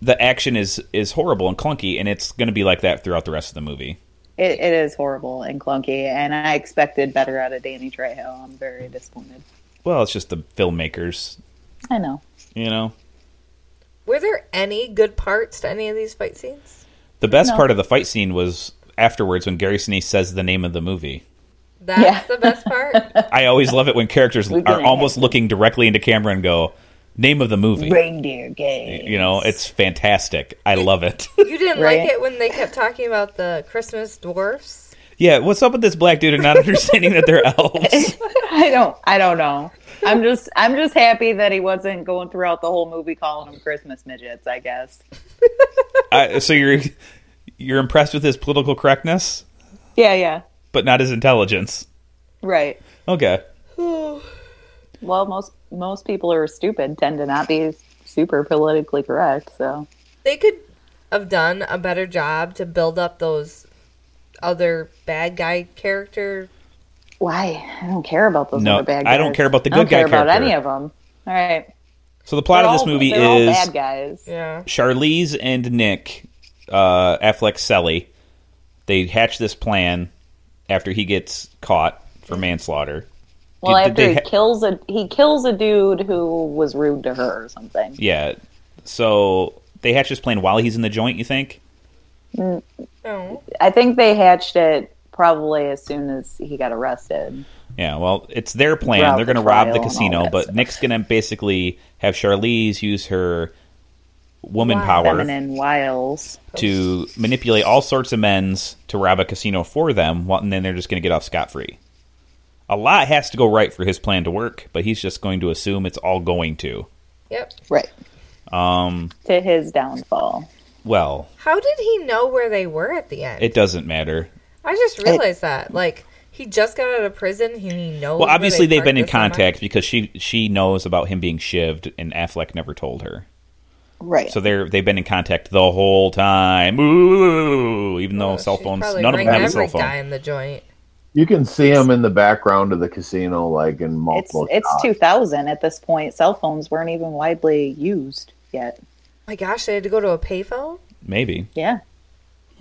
C: the action is is horrible and clunky, and it's going to be like that throughout the rest of the movie.
F: It, it is horrible and clunky, and I expected better out of Danny Trejo. I'm very disappointed.
C: Well, it's just the filmmakers,
F: I know.
C: you know.
A: Were there any good parts to any of these fight scenes?
C: The best
F: No.
C: part of the fight scene was afterwards when Gary Sinise says the name of the movie.
A: That's
F: Yeah.
A: the best part.
C: I always love it when characters
F: been
C: are
F: ahead.
C: almost looking directly into camera and go, "Name of the movie."
F: Reindeer game.
C: You know, it's fantastic. I love it.
A: You didn't
F: Right.
A: like it when they kept talking about the Christmas dwarfs.
C: yeah, what's up with this black dude and not understanding that they're elves?
F: I don't. I don't know. I'm just. I'm just happy that he wasn't going throughout the whole movie calling them Christmas midgets. I guess.
C: I, so you're you're impressed with his political correctness,
F: Yeah. Yeah.
C: but not his intelligence.
F: Right.
C: Okay.
F: Well, most most people who are stupid tend to not be super politically correct. So
A: They could have done a better job to build up those other bad guy character.
F: why? I don't care about those
C: No,
F: other bad guys.
C: I don't care about the
F: I don't
C: good guy
F: care about
C: character.
F: any of them. All right.
C: So the plot
F: They're
C: of this
F: all-
C: movie
F: they're all
C: is
F: bad guys.
A: Yeah.
C: Charlize and Nick, uh, Affleck Selly, they hatch this plan after he gets caught for manslaughter.
F: Well,
C: Did- did
F: after
C: they
F: he
C: ha-
F: kills a he kills a dude who was rude to her or something.
C: Yeah. So they hatch this plan while he's in the joint. You think?
A: No.
F: I think they hatched it probably as soon as he got arrested.
C: Yeah. Well, it's their plan.
F: Throughout
C: They're
F: the
C: going to rob
F: trial
C: the
F: and all
C: casino,
F: that
C: but
F: stuff.
C: Nick's going to basically have Charlize use her woman
A: Wow.
C: power
F: Feminine wiles.
C: to manipulate all sorts of men's to rob a casino for them, while- and then they're just going to get off scot free. A lot has to go right for his plan to work, but he's just going to assume it's all going to. Um,
A: Yep.
E: Right.
F: to his downfall.
C: Well,
A: How did he know where they were at the end?
C: it doesn't matter.
A: I just realized that. Like he just got out of prison. He knows.
C: Well,
A: Oh, where
C: obviously
A: they
C: they've been in
A: parked the semi.
C: contact because she she knows about him being shivved, and Affleck never told her.
E: Right.
C: So they're they've been in contact the whole time. Ooh, even though cell
A: Oh, She's
C: phones,
A: probably
C: none of them
A: ringing
C: have a cell
A: every
C: phone.
A: Guy in the joint.
B: You can see him in the background of the casino, like in
F: It's
B: multiple.
F: it's
B: shots.
F: 2000 at this point. Cell phones weren't even widely used yet.
A: My gosh, they had to go to a payphone.
C: Maybe
F: Yeah,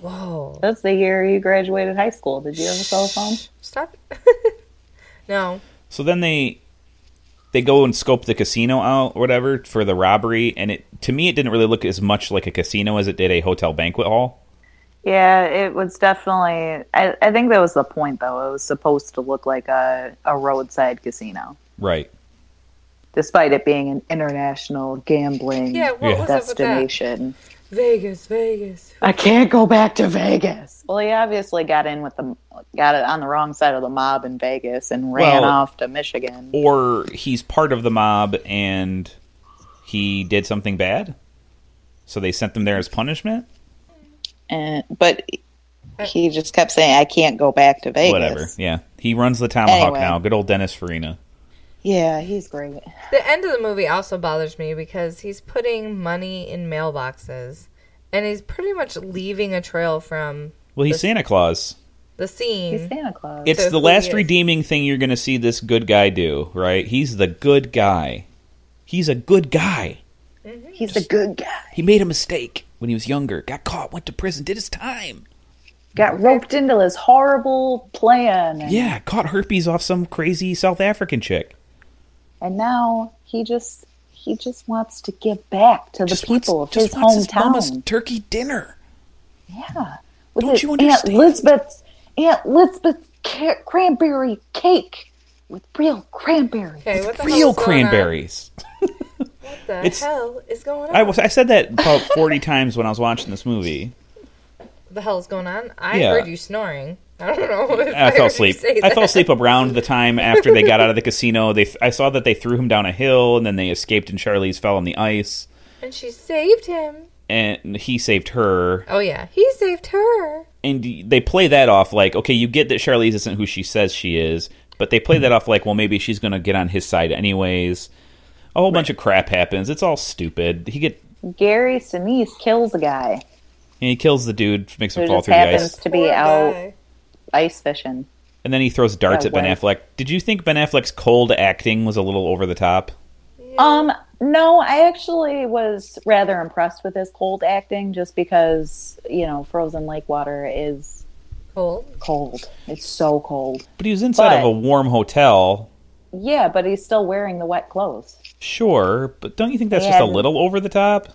A: Whoa!
F: that's the year you graduated high school. Did you have a cell phone?
A: Stop. no.
C: So then they they go and scope the casino out, or whatever, for the robbery. And it to me, it didn't really look as much like a casino as it did a hotel banquet hall.
F: Yeah, it was definitely. I, I think that was the point, though. It was supposed to look like a, a roadside casino,
C: Right.
F: despite it being an international gambling
A: Yeah. What was up
C: Yeah.
A: with that?
F: destination.
A: Vegas, Vegas.
F: I can't go back to Vegas. Well, he obviously got in with the got it on the wrong side of the mob in Vegas and ran
C: Well-
F: off to Michigan.
C: Or he's part of the mob and he did something bad, so they sent them there as punishment.
F: And, but he just kept saying, "I can't go back to Vegas."
C: Whatever. Yeah. He runs the tomahawk
F: Anyway.
C: now. Good old Dennis Farina.
F: Yeah, he's great.
A: The end of the movie also bothers me because he's putting money in mailboxes, and he's pretty much leaving a trail from
C: Well, he's Santa Claus.
A: the scene.
F: He's Santa Claus.
C: It's
A: So
C: the
A: who
C: last
A: is-
C: redeeming thing you're going to see this good guy do, right? He's the good guy. He's a good guy.
F: he's a good guy.
C: He made a mistake when he was younger, got caught, went to prison, did his time.
F: Got roped into this horrible plan, and,
C: Yeah, caught herpes off some crazy South African chick.
F: and now he just he just wants to give back to the people of his hometown.
C: turkey dinner.
F: yeah, Was
C: Don't
F: it
C: you
F: Aunt
C: understand?
F: Elizabeth's Aunt Elizabeth's ca- cranberry cake with real cranberry.
A: Okay, what the hell
C: Real
A: is going on?
C: cranberries.
A: What the
C: It's-
A: hell is going on?
C: I, was, I said that about 40 times when I was watching this movie.
A: what the hell is going on? I
C: Yeah.
A: heard you snoring. I don't know. If
C: I
A: heard
C: fell
A: you
C: asleep.
A: say
C: I fell
A: that.
C: asleep around the time after they got out of the casino. They, I saw that they threw him down a hill, and then they escaped, and Charlize fell on the ice,
A: And she saved him.
C: and he saved her.
A: Oh yeah, he saved her.
C: and they play that off like, okay, you get that Charlize isn't who she says she is, but they play that off like, well, maybe she's going to get on his side anyways. A whole bunch of crap happens. It's all stupid. He get
F: Gary Sinise kills a guy
C: and he kills the dude, makes
F: who
C: him fall
F: just
C: through the
F: happens
C: ice,
F: to be
A: Poor
F: out
A: guy.
F: ice fishing.
C: and then he throws darts
F: Yeah,
C: at Ben
F: why-
C: Affleck. Did you think Ben Affleck's cold acting was a little over the top?
F: Um, no, I actually was rather impressed with his cold acting just because, you know, frozen lake water is
A: Cold.
F: cold. It's so cold.
C: But he was inside of
F: But-
C: a warm hotel.
F: Yeah, but he's still wearing the wet clothes.
C: Sure, but don't you think that's just a
F: And-
C: little over the top?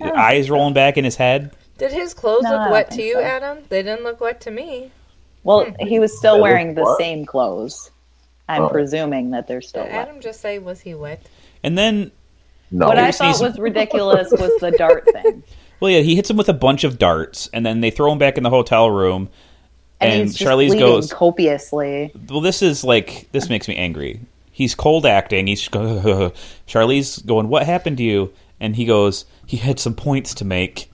C: Eyes rolling back in his head.
A: Did his clothes
F: No, I
A: look
F: don't
A: wet to
F: think
A: you,
F: so.
A: Adam? They didn't look wet to me.
F: Well, he was still
B: That
F: wearing
B: was
F: the
B: what?
F: same clothes. I'm
B: Oh.
F: presuming that they're still
A: Did
F: wet.
A: Adam just say, "Was he wet?"
C: And then
B: No,
F: What
C: Gary
F: I thought
C: Sinise-
F: was ridiculous was the dart thing.
C: Well, yeah, he hits him with a bunch of darts, and then they throw him back in the hotel room.
F: And,
C: And,
F: he's just
C: Charlize
F: bleeding
C: goes,
F: copiously.
A: Mm-hmm.
C: "Well, this is like this makes me angry." He's cold acting. He's go- Charlize going, "What happened to you?" And he goes, "He had some points to make."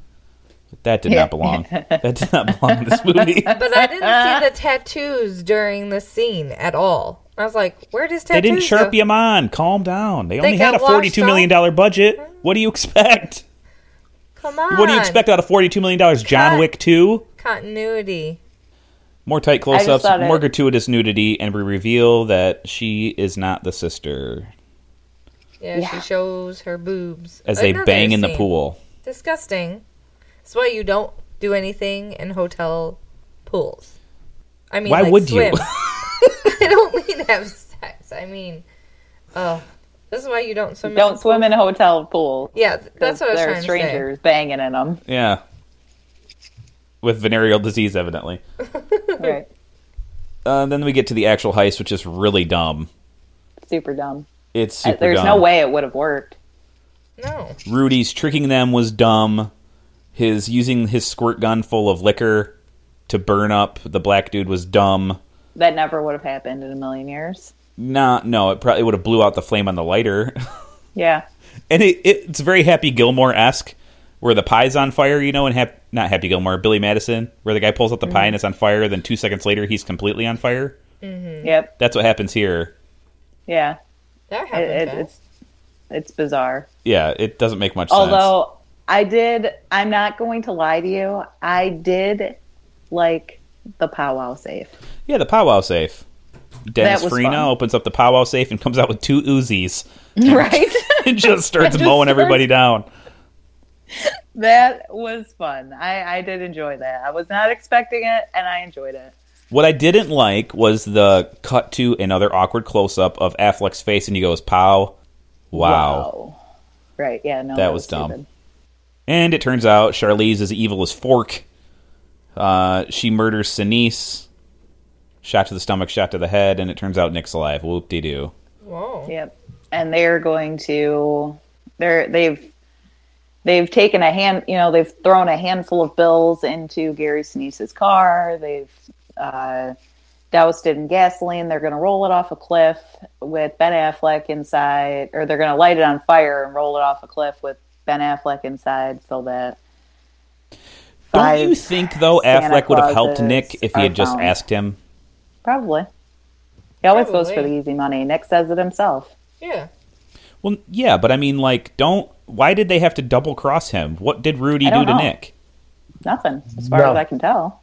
C: That did not belong. that did not belong in this movie.
A: But I didn't see the tattoos during the scene at all. I was like, "Where does
C: They
A: tattoos?"
C: didn't sharpie
A: go?
C: him on. Calm down. They only had
A: got
C: a forty-two million dollar budget. What do you expect?
A: Come on.
C: What do you expect out of forty-two million dollars? John
A: Cut.
C: Wick two.
A: Continuity.
C: More tight close-ups,
F: thought it-
C: more gratuitous nudity, and we reveal that she is not the sister.
A: Yeah, she shows her boobs
C: as they
A: Another
C: bang in the
A: scene.
C: pool.
A: Disgusting. That's why you don't do anything in hotel pools. I mean,
C: Why
A: like,
C: would you?
A: swim. I don't mean have sex. things. I mean, oh, this is why you don't swim. in
F: Don't
A: the
F: swim in hotel pools.
A: Yeah, th- that's what I was
F: there
A: trying
F: are
A: to
F: strangers banging in them.
C: Yeah. With venereal disease, evidently.
F: Right.
C: Uh, then we get to the actual heist, which is really dumb.
F: Super dumb.
C: It's
F: I-
C: super
F: Uh, There's
C: dumb.
F: no way it would have worked.
A: say. No.
C: Rudy's tricking them was dumb. His using his squirt gun full of liquor to burn up the black dude was dumb.
F: That never would have happened in a million years.
C: Nah, no, it probably would have blew out the flame on the lighter.
F: Yeah.
C: and it, it's very Happy Gilmore esque, where the pie's on fire, you know, and hap- not Happy Gilmore, Billy Madison, where the guy pulls out the
F: Mm-hmm.
C: pie and it's on fire, then two seconds later he's completely on fire.
A: Mm-hmm.
F: Yep.
C: That's what happens here.
F: Yeah.
A: That
F: It,
A: happened.
F: it,
A: fast.
F: it's it's bizarre.
C: Yeah, it doesn't make much sense.
F: Although I did, I'm not going to lie to you. I did like the powwow safe.
C: Yeah, the powwow safe. Dennis
F: That was
C: Farina
F: fun.
C: opens up the powwow safe and comes out with two Uzis
F: Right.
C: and just starts
F: Just
C: mowing everybody down.
F: that was fun. I, I did enjoy that. I was not expecting it, and I enjoyed it.
C: What I didn't like was the cut to another awkward close up of Affleck's face, and he goes, "Pow, wow.
F: Right. Yeah. No.
C: That was dumb.
F: stupid.
C: And it turns out Charlize is evil as fork. Uh, she murders Sinise, shot to the stomach, shot to the head, and it turns out Nick's alive. Whoop de doo.
A: Whoa.
F: Yep. And they're going to they're they've they've taken a hand you know, they've thrown a handful of bills into Gary Sinise's car. They've uh doused it in gasoline. They're gonna roll it off a cliff with Ben Affleck inside or they're gonna light it on fire and roll it off a cliff with Ben Affleck inside so that
C: Don't you
F: Five
C: think though
F: Santa
C: Affleck would have helped
F: Clauses
C: Nick if he
F: are
C: had just
F: found.
C: asked him?
F: probably he always goes for
A: Probably.
F: the easy money. Nick says it himself.
A: Yeah.
C: Well, yeah, but I mean, like, don't. Why did they have to double cross him? What did Rudy
F: I
C: do
F: don't
C: to
F: know.
C: Nick?
F: Nothing, as far
B: No.
F: as I can tell.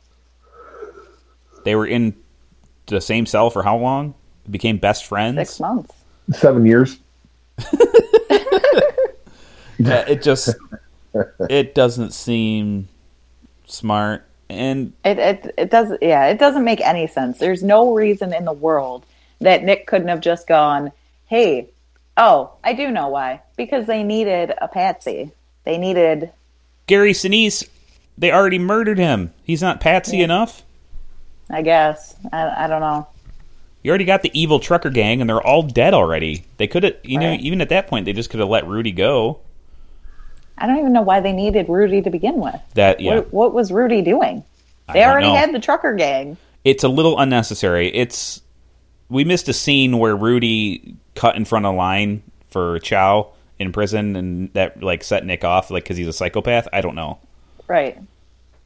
C: They were in the same cell for how long? Became best friends.
F: Six months.
B: Seven years.
C: Uh, it just it doesn't seem smart. And
F: It, it it does yeah, it doesn't make any sense. There's no reason in the world that Nick couldn't have just gone, "Hey, oh, I do know why. Because they needed a patsy. They needed
C: Gary Sinise, they already murdered him. He's not patsy enough.
F: I guess I, I don't know.
C: You already got the evil trucker gang, and they're all dead already. They could have, you know,
F: Right.
C: even at that point, they just could have let Rudy go.
F: I don't even know why they needed Rudy to begin with.
C: That yeah,
F: What, what was Rudy doing?
C: I
F: They
C: don't
F: already
C: know.
F: had the trucker gang.
C: it's a little unnecessary. It's we missed a scene where Rudy cut in front of line for Chow in prison, and that like set Nick off, like because he's a psychopath. I don't know.
F: Right.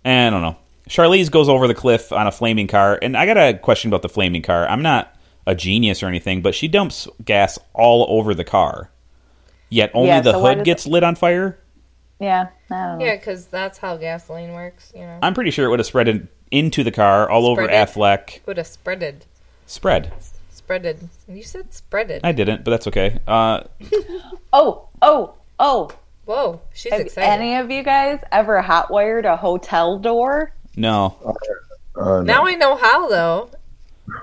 C: Eh, I don't know. Charlize goes over the cliff on a flaming car, and I got a question about the flaming car. I'm not a genius or anything, but she dumps gas all over the car. Yet only
F: Yeah,
C: the
F: so why
C: hood
F: does-
C: gets lit on fire.
F: Yeah. I
C: Oh.
F: don't know.
A: Yeah, because that's how gasoline works. You know,
C: I'm pretty sure it would have spread in, into the car all over
A: Spread it.
C: Affleck.
A: would have spreaded,
C: Spread.
A: spreaded. You said spreaded.
C: I didn't, but that's okay. Uh,
F: Oh, oh, oh.
A: Whoa, she's
F: Have
A: excited.
F: any of you guys ever hotwired a hotel door?
C: no,
B: Uh, no.
A: now I know how though.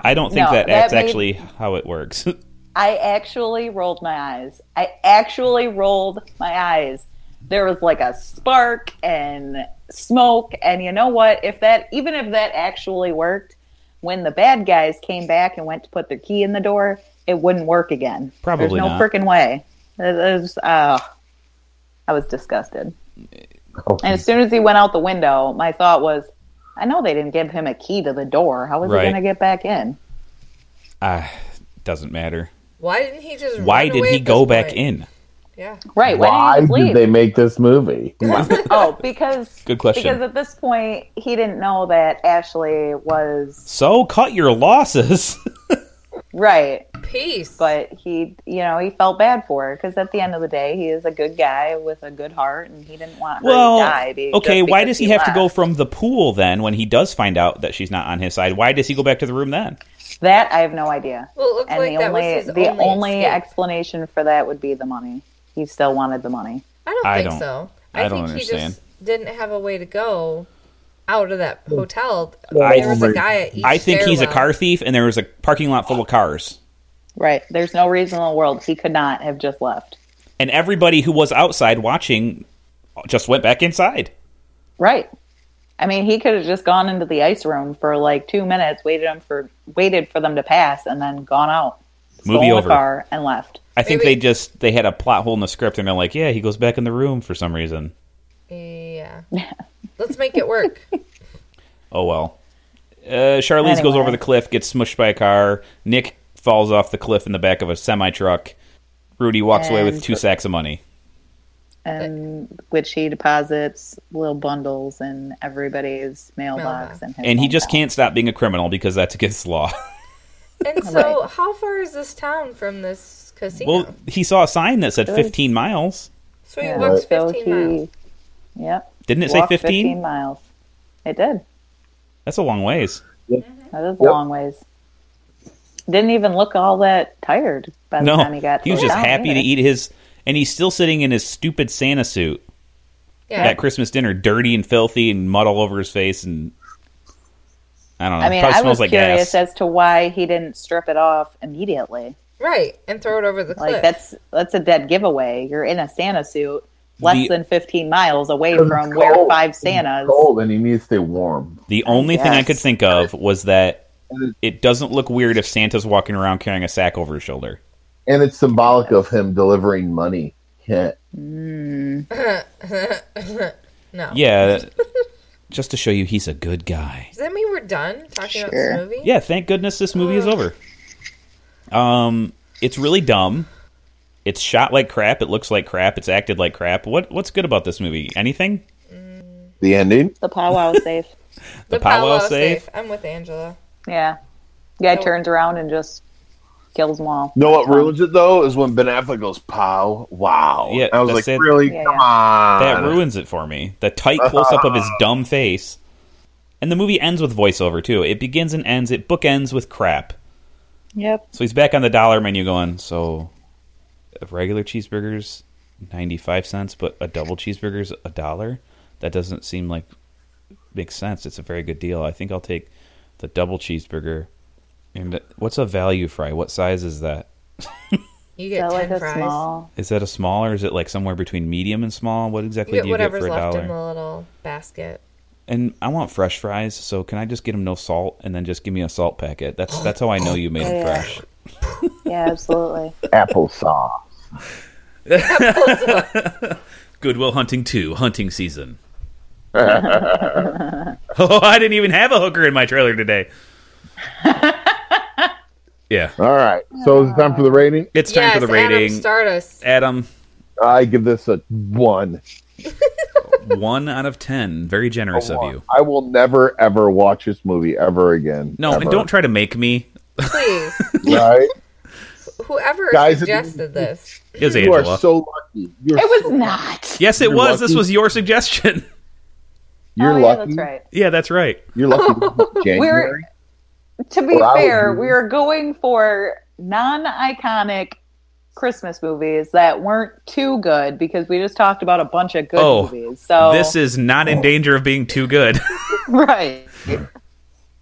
C: I don't think
F: No,
C: that
F: that
C: that's
F: made-
C: actually how it works.
F: I actually rolled my eyes. I actually rolled my eyes. There was like a spark and smoke, and you know what? If that, even if that actually worked, when the bad guys came back and went to put their key in the door, it wouldn't work again.
C: Probably
F: There's no
C: not.
F: frickin' way. It was, uh, I was disgusted. And as soon as he went out the window, my thought was, I know they didn't give him a key to the door. How was
C: Right.
F: he going to get back in?
C: Ah, doesn't matter.
A: Why didn't he just?
C: Why
A: run
C: did
A: away
C: he
A: at
C: go
A: this
C: back
A: point?
C: in?
A: Yeah,
F: Right.
B: Why
F: didn't he just leave?
B: did they make this movie?
F: oh, because
C: Good question.
F: Because at this point, he didn't know that Ashley was
C: So cut your losses.
F: right,
A: peace.
F: but he, you know, he felt bad for her because at the end of the day, he is a good guy with a good heart, and he didn't want her
C: well,
F: to die. be-
C: okay,
F: just
C: why
F: because
C: does he, have to go
F: left.
C: from the pool then when he does find out that she's not on his side? Why does he go back to the room then?
F: that? I have no idea.
A: well, it looked
F: And
A: like
F: the
A: that
F: only
A: was his
F: the
A: only. escape.
F: explanation for that would be the money. He still wanted the money.
A: I don't
C: I
A: think
C: don't-
A: so.
C: I don't
A: think
C: understand.
A: He just didn't have a way to go out of that hotel.
B: I-
A: there was a guy at each
C: I think he's a
A: stairwell.
C: car thief and there was a parking lot full of cars.
F: Right. There's no reason in the world he could not have just left.
C: And everybody who was outside watching just went back inside.
F: Right. I mean, he could have just gone into the ice room for like two minutes, waited him for waited for them to pass, and then gone out,
C: Movie
F: stolen
C: over.
F: a car, and left.
C: I think
A: Maybe-
C: they just they had a plot hole in the script and they're like, yeah, he goes back in the room for some reason.
A: Yeah. Let's make it work.
C: Oh well. Uh, Charlize goes
F: Anyway.
C: over the cliff, gets smushed by a car. Nick falls off the cliff in the back of a semi truck. Rudy walks away with
F: And-
C: two sacks of money.
F: And which he deposits little bundles in everybody's mailbox,
A: Mailbox.
F: and, his
C: And he
F: phone
C: just
F: box.
C: can't stop being a criminal because that's against the law.
A: And so, how far is this town from this casino?
C: well, he saw a sign that said
F: Really?
C: 15 miles.
A: so he
F: Yeah.
A: walks
F: So
A: 15
F: he-
A: miles.
F: Yep.
C: Didn't it
F: walked
C: say 15?
F: miles. It did.
C: That's a long ways.
F: That is a long ways. Didn't even look all that tired by the
C: No,
F: time he got.
C: he was
F: to the
C: just
F: town
C: happy to
F: either.
C: eat his, and he's still sitting in his stupid Santa suit
A: Yeah.
C: at Christmas dinner, dirty and filthy and mud all over his face, and I don't know.
F: I mean,
C: Uh, probably
F: I
C: smells
F: was
C: like
F: curious
C: gas.
F: as to why he didn't strip it off immediately.
A: Right. And throw it over the cliff.
F: Like that's that's a dead giveaway. You're in a Santa suit, less
C: The-
F: than 15 miles away
B: Because
F: from
B: it's
F: where
B: cold.
F: five
B: It's
F: Santas.
B: cold and he needs to stay warm.
C: the only thing I could
F: Yes.
C: think of was that it doesn't look weird if Santa's walking around carrying a sack over his shoulder.
B: And it's symbolic of him delivering money. Yeah.
A: no.
C: Yeah, just to show you he's a good guy.
A: Does that mean we're done talking about
F: Sure.
A: this movie?
C: Yeah, thank goodness this movie is over. Um, it's really dumb. It's shot like crap. It looks like crap. It's acted like crap. What what's good about this movie? Anything?
B: The ending?
F: The powwow is safe.
C: The, powwow, safe.
A: I'm with Angela.
F: Yeah, guy turns around and just kills them all.
B: No, what ruins it though is when Ben Affleck goes pow wow.
C: Yeah,
B: I was
C: that's
B: like,
C: it.
B: really?
F: Yeah,
B: Come
F: yeah.
B: on.
C: That ruins it for me. The tight close up of his dumb face. And the movie ends with voiceover too. It begins and ends. It bookends with crap.
F: Yep.
C: So he's back on the dollar menu going, so a regular cheeseburgers 95 cents, but a double cheeseburger's a dollar? That doesn't seem like makes sense. It's a very good deal. I think I'll take the double cheeseburger. And what's a value fry? What size is that?
A: You
F: Is
A: get 10
F: that like a
A: fries.
F: small?
C: Is that a small or is it like somewhere between medium and small? What
A: You
C: exactly
A: get
C: do you get
A: whatever's
C: for a
A: left in
C: dollar?
A: the little basket.
C: and I want fresh fries, so can I just get them no salt and then just give me a salt packet? That's that's how I know you made
A: Oh,
C: them
F: Yeah.
C: fresh.
F: Yeah, absolutely.
B: Applesauce.
C: Goodwill Hunting 2, hunting season. oh, I didn't even have a hooker in my trailer today. yeah.
B: All right. So is it time for the rating?
C: It's time
A: yes,
C: for the rating.
A: Adam, start us.
C: Adam,
B: I give this a one.
C: one out of 10. Very generous
B: A
C: of
B: one.
C: you.
B: I will never ever watch this movie ever again.
C: No,
B: ever.
C: and don't try to make me.
A: Please.
B: Right?
A: Whoever
B: Guys, it
A: suggested this.
C: It was
B: you
C: Angela.
B: are so lucky. You're
F: It
B: so-
F: was not.
C: yes, it
B: you're
C: was. This
B: lucky.
C: was your suggestion.
B: you're
F: oh, yeah,
B: lucky.
F: that's right.
C: yeah, that's right.
B: You're lucky. this is January.
F: To be
B: Well, I would
F: fair,
B: do-
F: we are going for non-iconic Christmas movies that weren't too good because we just talked about a bunch of good
C: Oh,
F: movies. So
C: This is not
B: Oh.
C: in danger of being too good.
F: right.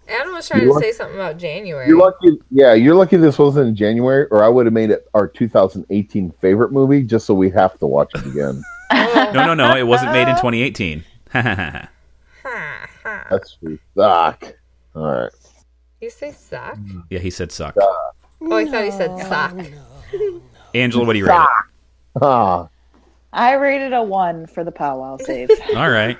A: Adam was trying
B: You
A: to
B: want-
A: say something about January.
B: You're lucky. Yeah, you're lucky this wasn't in January, or I would have made it our 2018 favorite movie just so we have to watch it again.
A: Oh,
C: no, no, no. It wasn't made in 2018.
A: Ha, ha.
B: That's we suck. All right.
A: You say sock?
C: yeah, he said suck.
A: Oh, I thought he said sock.
C: Angela, what do you rate it?
B: Ah,
F: I rated a one for the powwow save.
C: All right.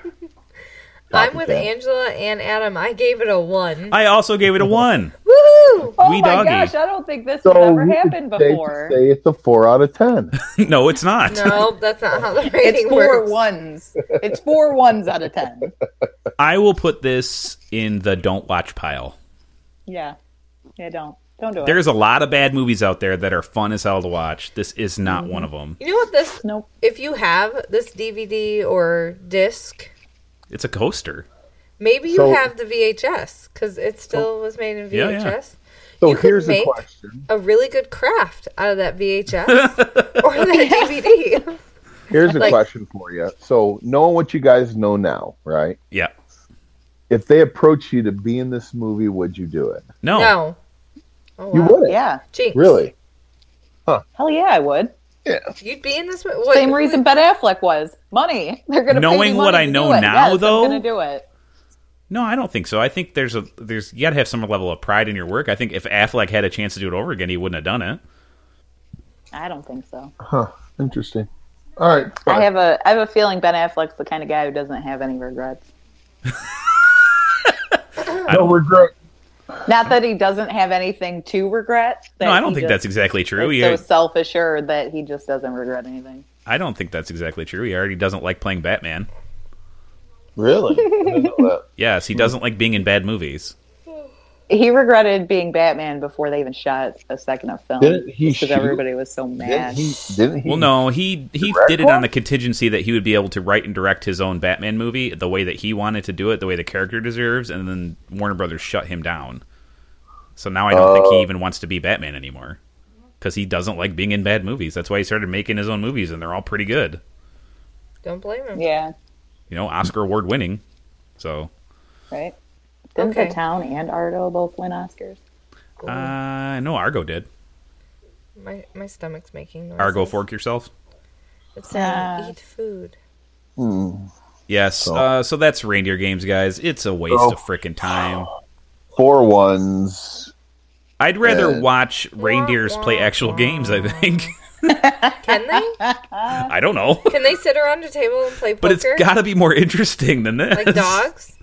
A: I'm with
B: Copycat.
A: Angela and Adam. I gave it a one.
C: I also gave it a one.
A: Woohoo!
F: oh
C: Wee
F: my
C: doggy.
F: gosh, I don't think this
B: so
F: has ever
B: we
F: happened
B: could say-
F: before.
B: Say it's a four out of ten.
C: no, it's not.
A: No, that's not how the rating
F: It's four
A: works.
F: ones. It's four ones out of ten.
C: I will put this in the don't watch pile.
F: Yeah. Yeah, don't. Don't do it.
C: There's a lot of bad movies out there that are fun as hell to watch. This is not one of them.
A: You know what this?
F: Nope.
A: If you have this DVD or disc,
C: It's a coaster.
A: Maybe you
B: So-
A: have the VHS because it still was made in VHS.
C: Oh. Yeah, yeah.
B: So
A: You could
B: here's the
A: make-
B: question.
A: A really good craft out of that VHS or that DVD.
B: Here's a
A: Like-
B: question for you. So knowing what you guys know now, right?
C: Yeah.
B: If they approach you to be in this movie, would you do it?
C: No.
A: No. Oh,
B: You
A: wow.
B: wouldn't.
F: Yeah.
A: Jinx.
B: Really?
F: Hell yeah, I would.
A: You'd be in this mo- what,
F: Same reason Ben Affleck was money. They're gonna pay me
C: Knowing what
F: money
C: I
F: to
C: know
F: do it.
C: now,
F: Yes, I'm
C: though-
F: gonna do it.
C: No, I don't think so. I think there's a there's you got to have some level of pride in your work. I think if Affleck had a chance to do it over again, he wouldn't have done it.
F: I don't think so.
B: Interesting. All right.
F: I have a I have a feeling Ben Affleck's the kind of guy who doesn't have any regrets.
B: no regret.
F: Not that he doesn't have anything to regret. that
C: No, I don't
F: he
C: think
F: just
C: that's exactly true.
F: is
C: He,
F: so self assured that he just doesn't regret anything.
C: I don't think that's exactly true. He already doesn't like playing Batman.
B: Really? I didn't know that.
C: Yes,
F: Hmm.
C: he doesn't like being in bad movies.
F: He regretted being Batman before they even shot a second of film
B: Didn't he
F: because
B: shoot?
F: everybody was so
B: Didn't
F: mad.
B: he? Didn't he?
C: Well, no, he he
B: Direct
C: did it on
B: one?
C: the contingency that he would be able to write and direct his own Batman movie the way that he wanted to do it, the way the character deserves, and then Warner Brothers shut him down. So now I don't think he even wants to be Batman anymore because he doesn't like being in bad movies. That's why he started making his own movies, and they're all pretty good.
A: don't blame him.
F: Yeah,
C: You know, Oscar award winning. So
F: right. Didn't
A: Okay.
F: the town and Argo both win Oscars?
C: uh, no, Argo did.
A: My my stomach's making noise.
C: Argo fork yourself.
A: It's saying
F: Ah.
A: eat food.
C: Yes. So, uh, so that's reindeer games, guys. It's a waste
B: So-
C: of frickin' time.
B: Four ones.
C: I'd rather
B: Yeah.
C: watch reindeers play actual games. I think.
A: Can they?
C: I don't know.
A: Can they sit around a table and play poker?
C: But it's got to be more interesting than this.
A: like dogs.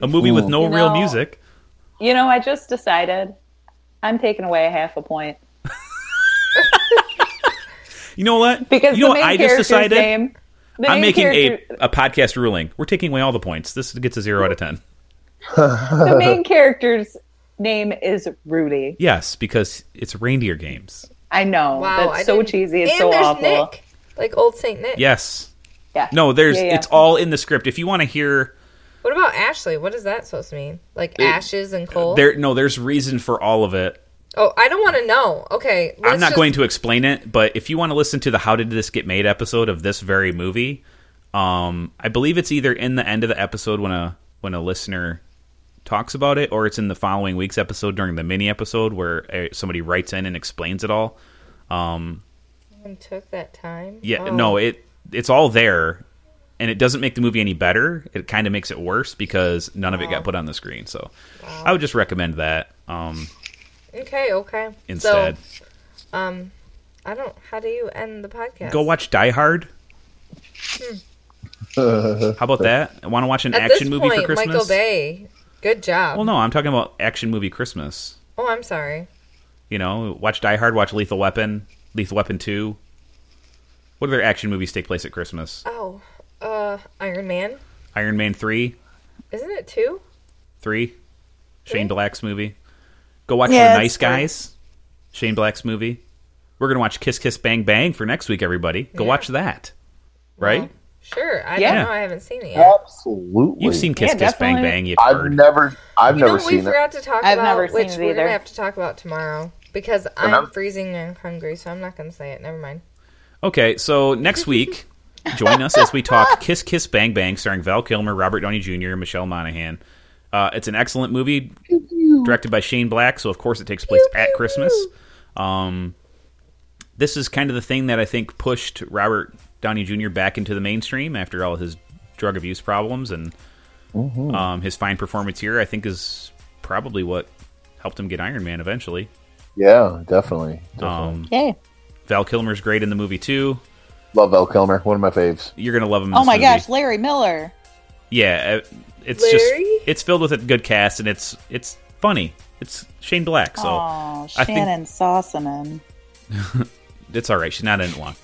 C: A movie with no
F: You
C: real
F: know-
C: music.
F: You know, I just decided I'm taking away a half a point
C: You know what?
F: because
C: you know what
F: the main
C: I just
F: character's
C: decided.
F: name. The
C: I'm
F: main
C: making
F: character,
C: a, a podcast ruling. We're taking away all the points. This gets a zero out of ten.
F: the main character's name is Rudy.
C: Yes, because it's reindeer games.
F: I know
A: Wow,
F: that's
A: I
F: so
A: didn't-
F: cheesy. It's
A: and
F: so
A: there's
F: awful.
A: Nick, like old Saint Nick.
C: Yes.
F: Yeah.
C: No, there's.
F: Yeah, yeah.
C: It's all in the script. If you want to hear
A: What about Ashley? What is that supposed to mean? Like ashes and coal?
C: there, no, there's reason for all of it.
A: oh, I don't want to know. Okay,
C: I'm not going to explain it, but if you want to listen to the "How Did This Get Made" episode of this very movie, um, I believe it's either in the end of the episode when a when a listener talks about it, or it's in the following week's episode during the mini episode where uh, somebody writes in and explains it all.
A: Someone took that time.
C: Yeah,
A: Oh.
C: no, it it's all there, and it doesn't make the movie any better. It kind of makes it worse because none of it
A: Oh.
C: got put on the screen. So, I would just recommend that um,
A: Okay, okay.
C: instead.
A: So, um, I don't. How do you end the podcast?
C: Go watch Die Hard. How about that? Want to watch an
A: At this
C: action movie
A: point,
C: for Christmas?
A: Michael Bay. Good job.
C: Well, no, I'm talking about action movie Christmas.
A: Oh, I'm sorry.
C: You know, watch Die Hard, watch Lethal Weapon, Lethal Weapon Two. What other action movies take place at Christmas?
A: Oh, uh, Iron Man.
C: Iron Man Three,
A: Isn't it two?
C: Three, Shane Black's movie. Go watch
F: Yeah,
C: The Nice
F: it's fine.
C: Guys, Shane Black's movie. We're gonna watch Kiss Kiss Bang Bang for next week, everybody. Go watch that. Right?
A: Sure. I
F: Yeah.
A: don't know. I haven't seen it yet.
B: Absolutely.
C: You've seen Kiss
F: Yeah,
C: Kiss Bang
F: definitely.
C: Bang. You've
B: I've
C: heard.
B: never. I've
A: You know
B: never
A: what we
B: seen it.
A: forgot to talk
F: I've
A: about,
F: never seen
A: which
F: it
A: we're
F: either.
A: gonna have to talk about tomorrow because I'm,
B: I'm-
A: freezing and hungry, so I'm not gonna say it. Never mind.
C: Okay, so next week, join us as we talk Kiss Kiss Bang Bang, starring Val Kilmer, Robert Downey Jr., and Michelle Monaghan. Uh, it's an excellent movie, directed by Shane Black, so of course it takes place at Christmas. Um, this is kind of the thing that I think pushed Robert Downey Jr. back into the mainstream after all his drug abuse problems and
B: Mm-hmm. Hmm.
C: um, his fine performance here. I think is probably what helped him get Iron Man eventually.
B: Yeah, definitely.
C: Um,
F: Yay.
C: Val Kilmer's great in the movie too.
B: Love Val Kilmer. One of my faves.
C: You're gonna love him. in
F: Oh
C: this
F: my
C: movie.
F: gosh, Larry Miller.
C: Yeah, uh, it's
A: Larry?
C: just it's filled with a good cast and it's it's funny. It's Shane Black, so
F: oh,
C: I think-
F: Shannon Sossaman.
C: it's all right. She's not in it long.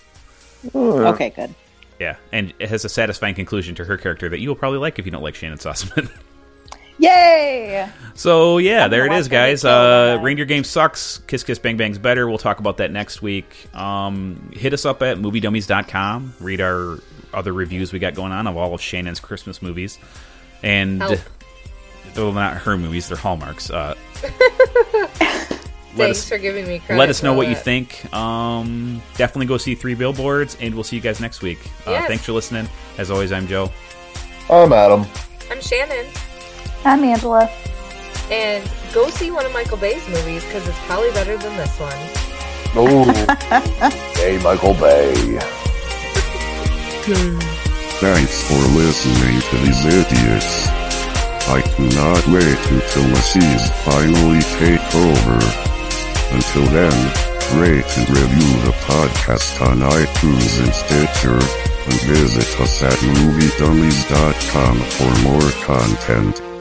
B: Uh,
F: Okay, good.
C: Yeah, and it has a satisfying conclusion to her character that you will probably like if you don't like Shannon Sossaman.
F: Yay!
C: so yeah, there it
F: gonna
C: is,
F: watch that
C: guys.
F: show,
C: Uh,
F: guys.
C: Reindeer Game sucks. Kiss Kiss Bang Bang's better. We'll talk about that next week. Um, hit us up at moviedummies.com. Read our other reviews we got going on of all of Shannon's Christmas movies, and
A: Help.
C: well, not her movies; they're hallmarks. Uh, let
A: Thanks
C: us
A: for giving me credit.
C: let us know
A: for
C: what you
A: that.
C: think. Um, definitely go see Three Billboards, and we'll see you guys next week. Uh,
A: Yes.
C: thanks for listening. As always, I'm Joe.
B: I'm Adam.
A: I'm Shannon,
F: I'm Angela.
A: and go see one of Michael Bay's movies because it's probably better than this one.
B: Oh, hey, Michael Bay.
D: Thanks for listening to these idiots. I cannot wait until the seas finally take over. Until then, rate and review the podcast on iTunes and Stitcher, and visit us at moviedummies.com for more content.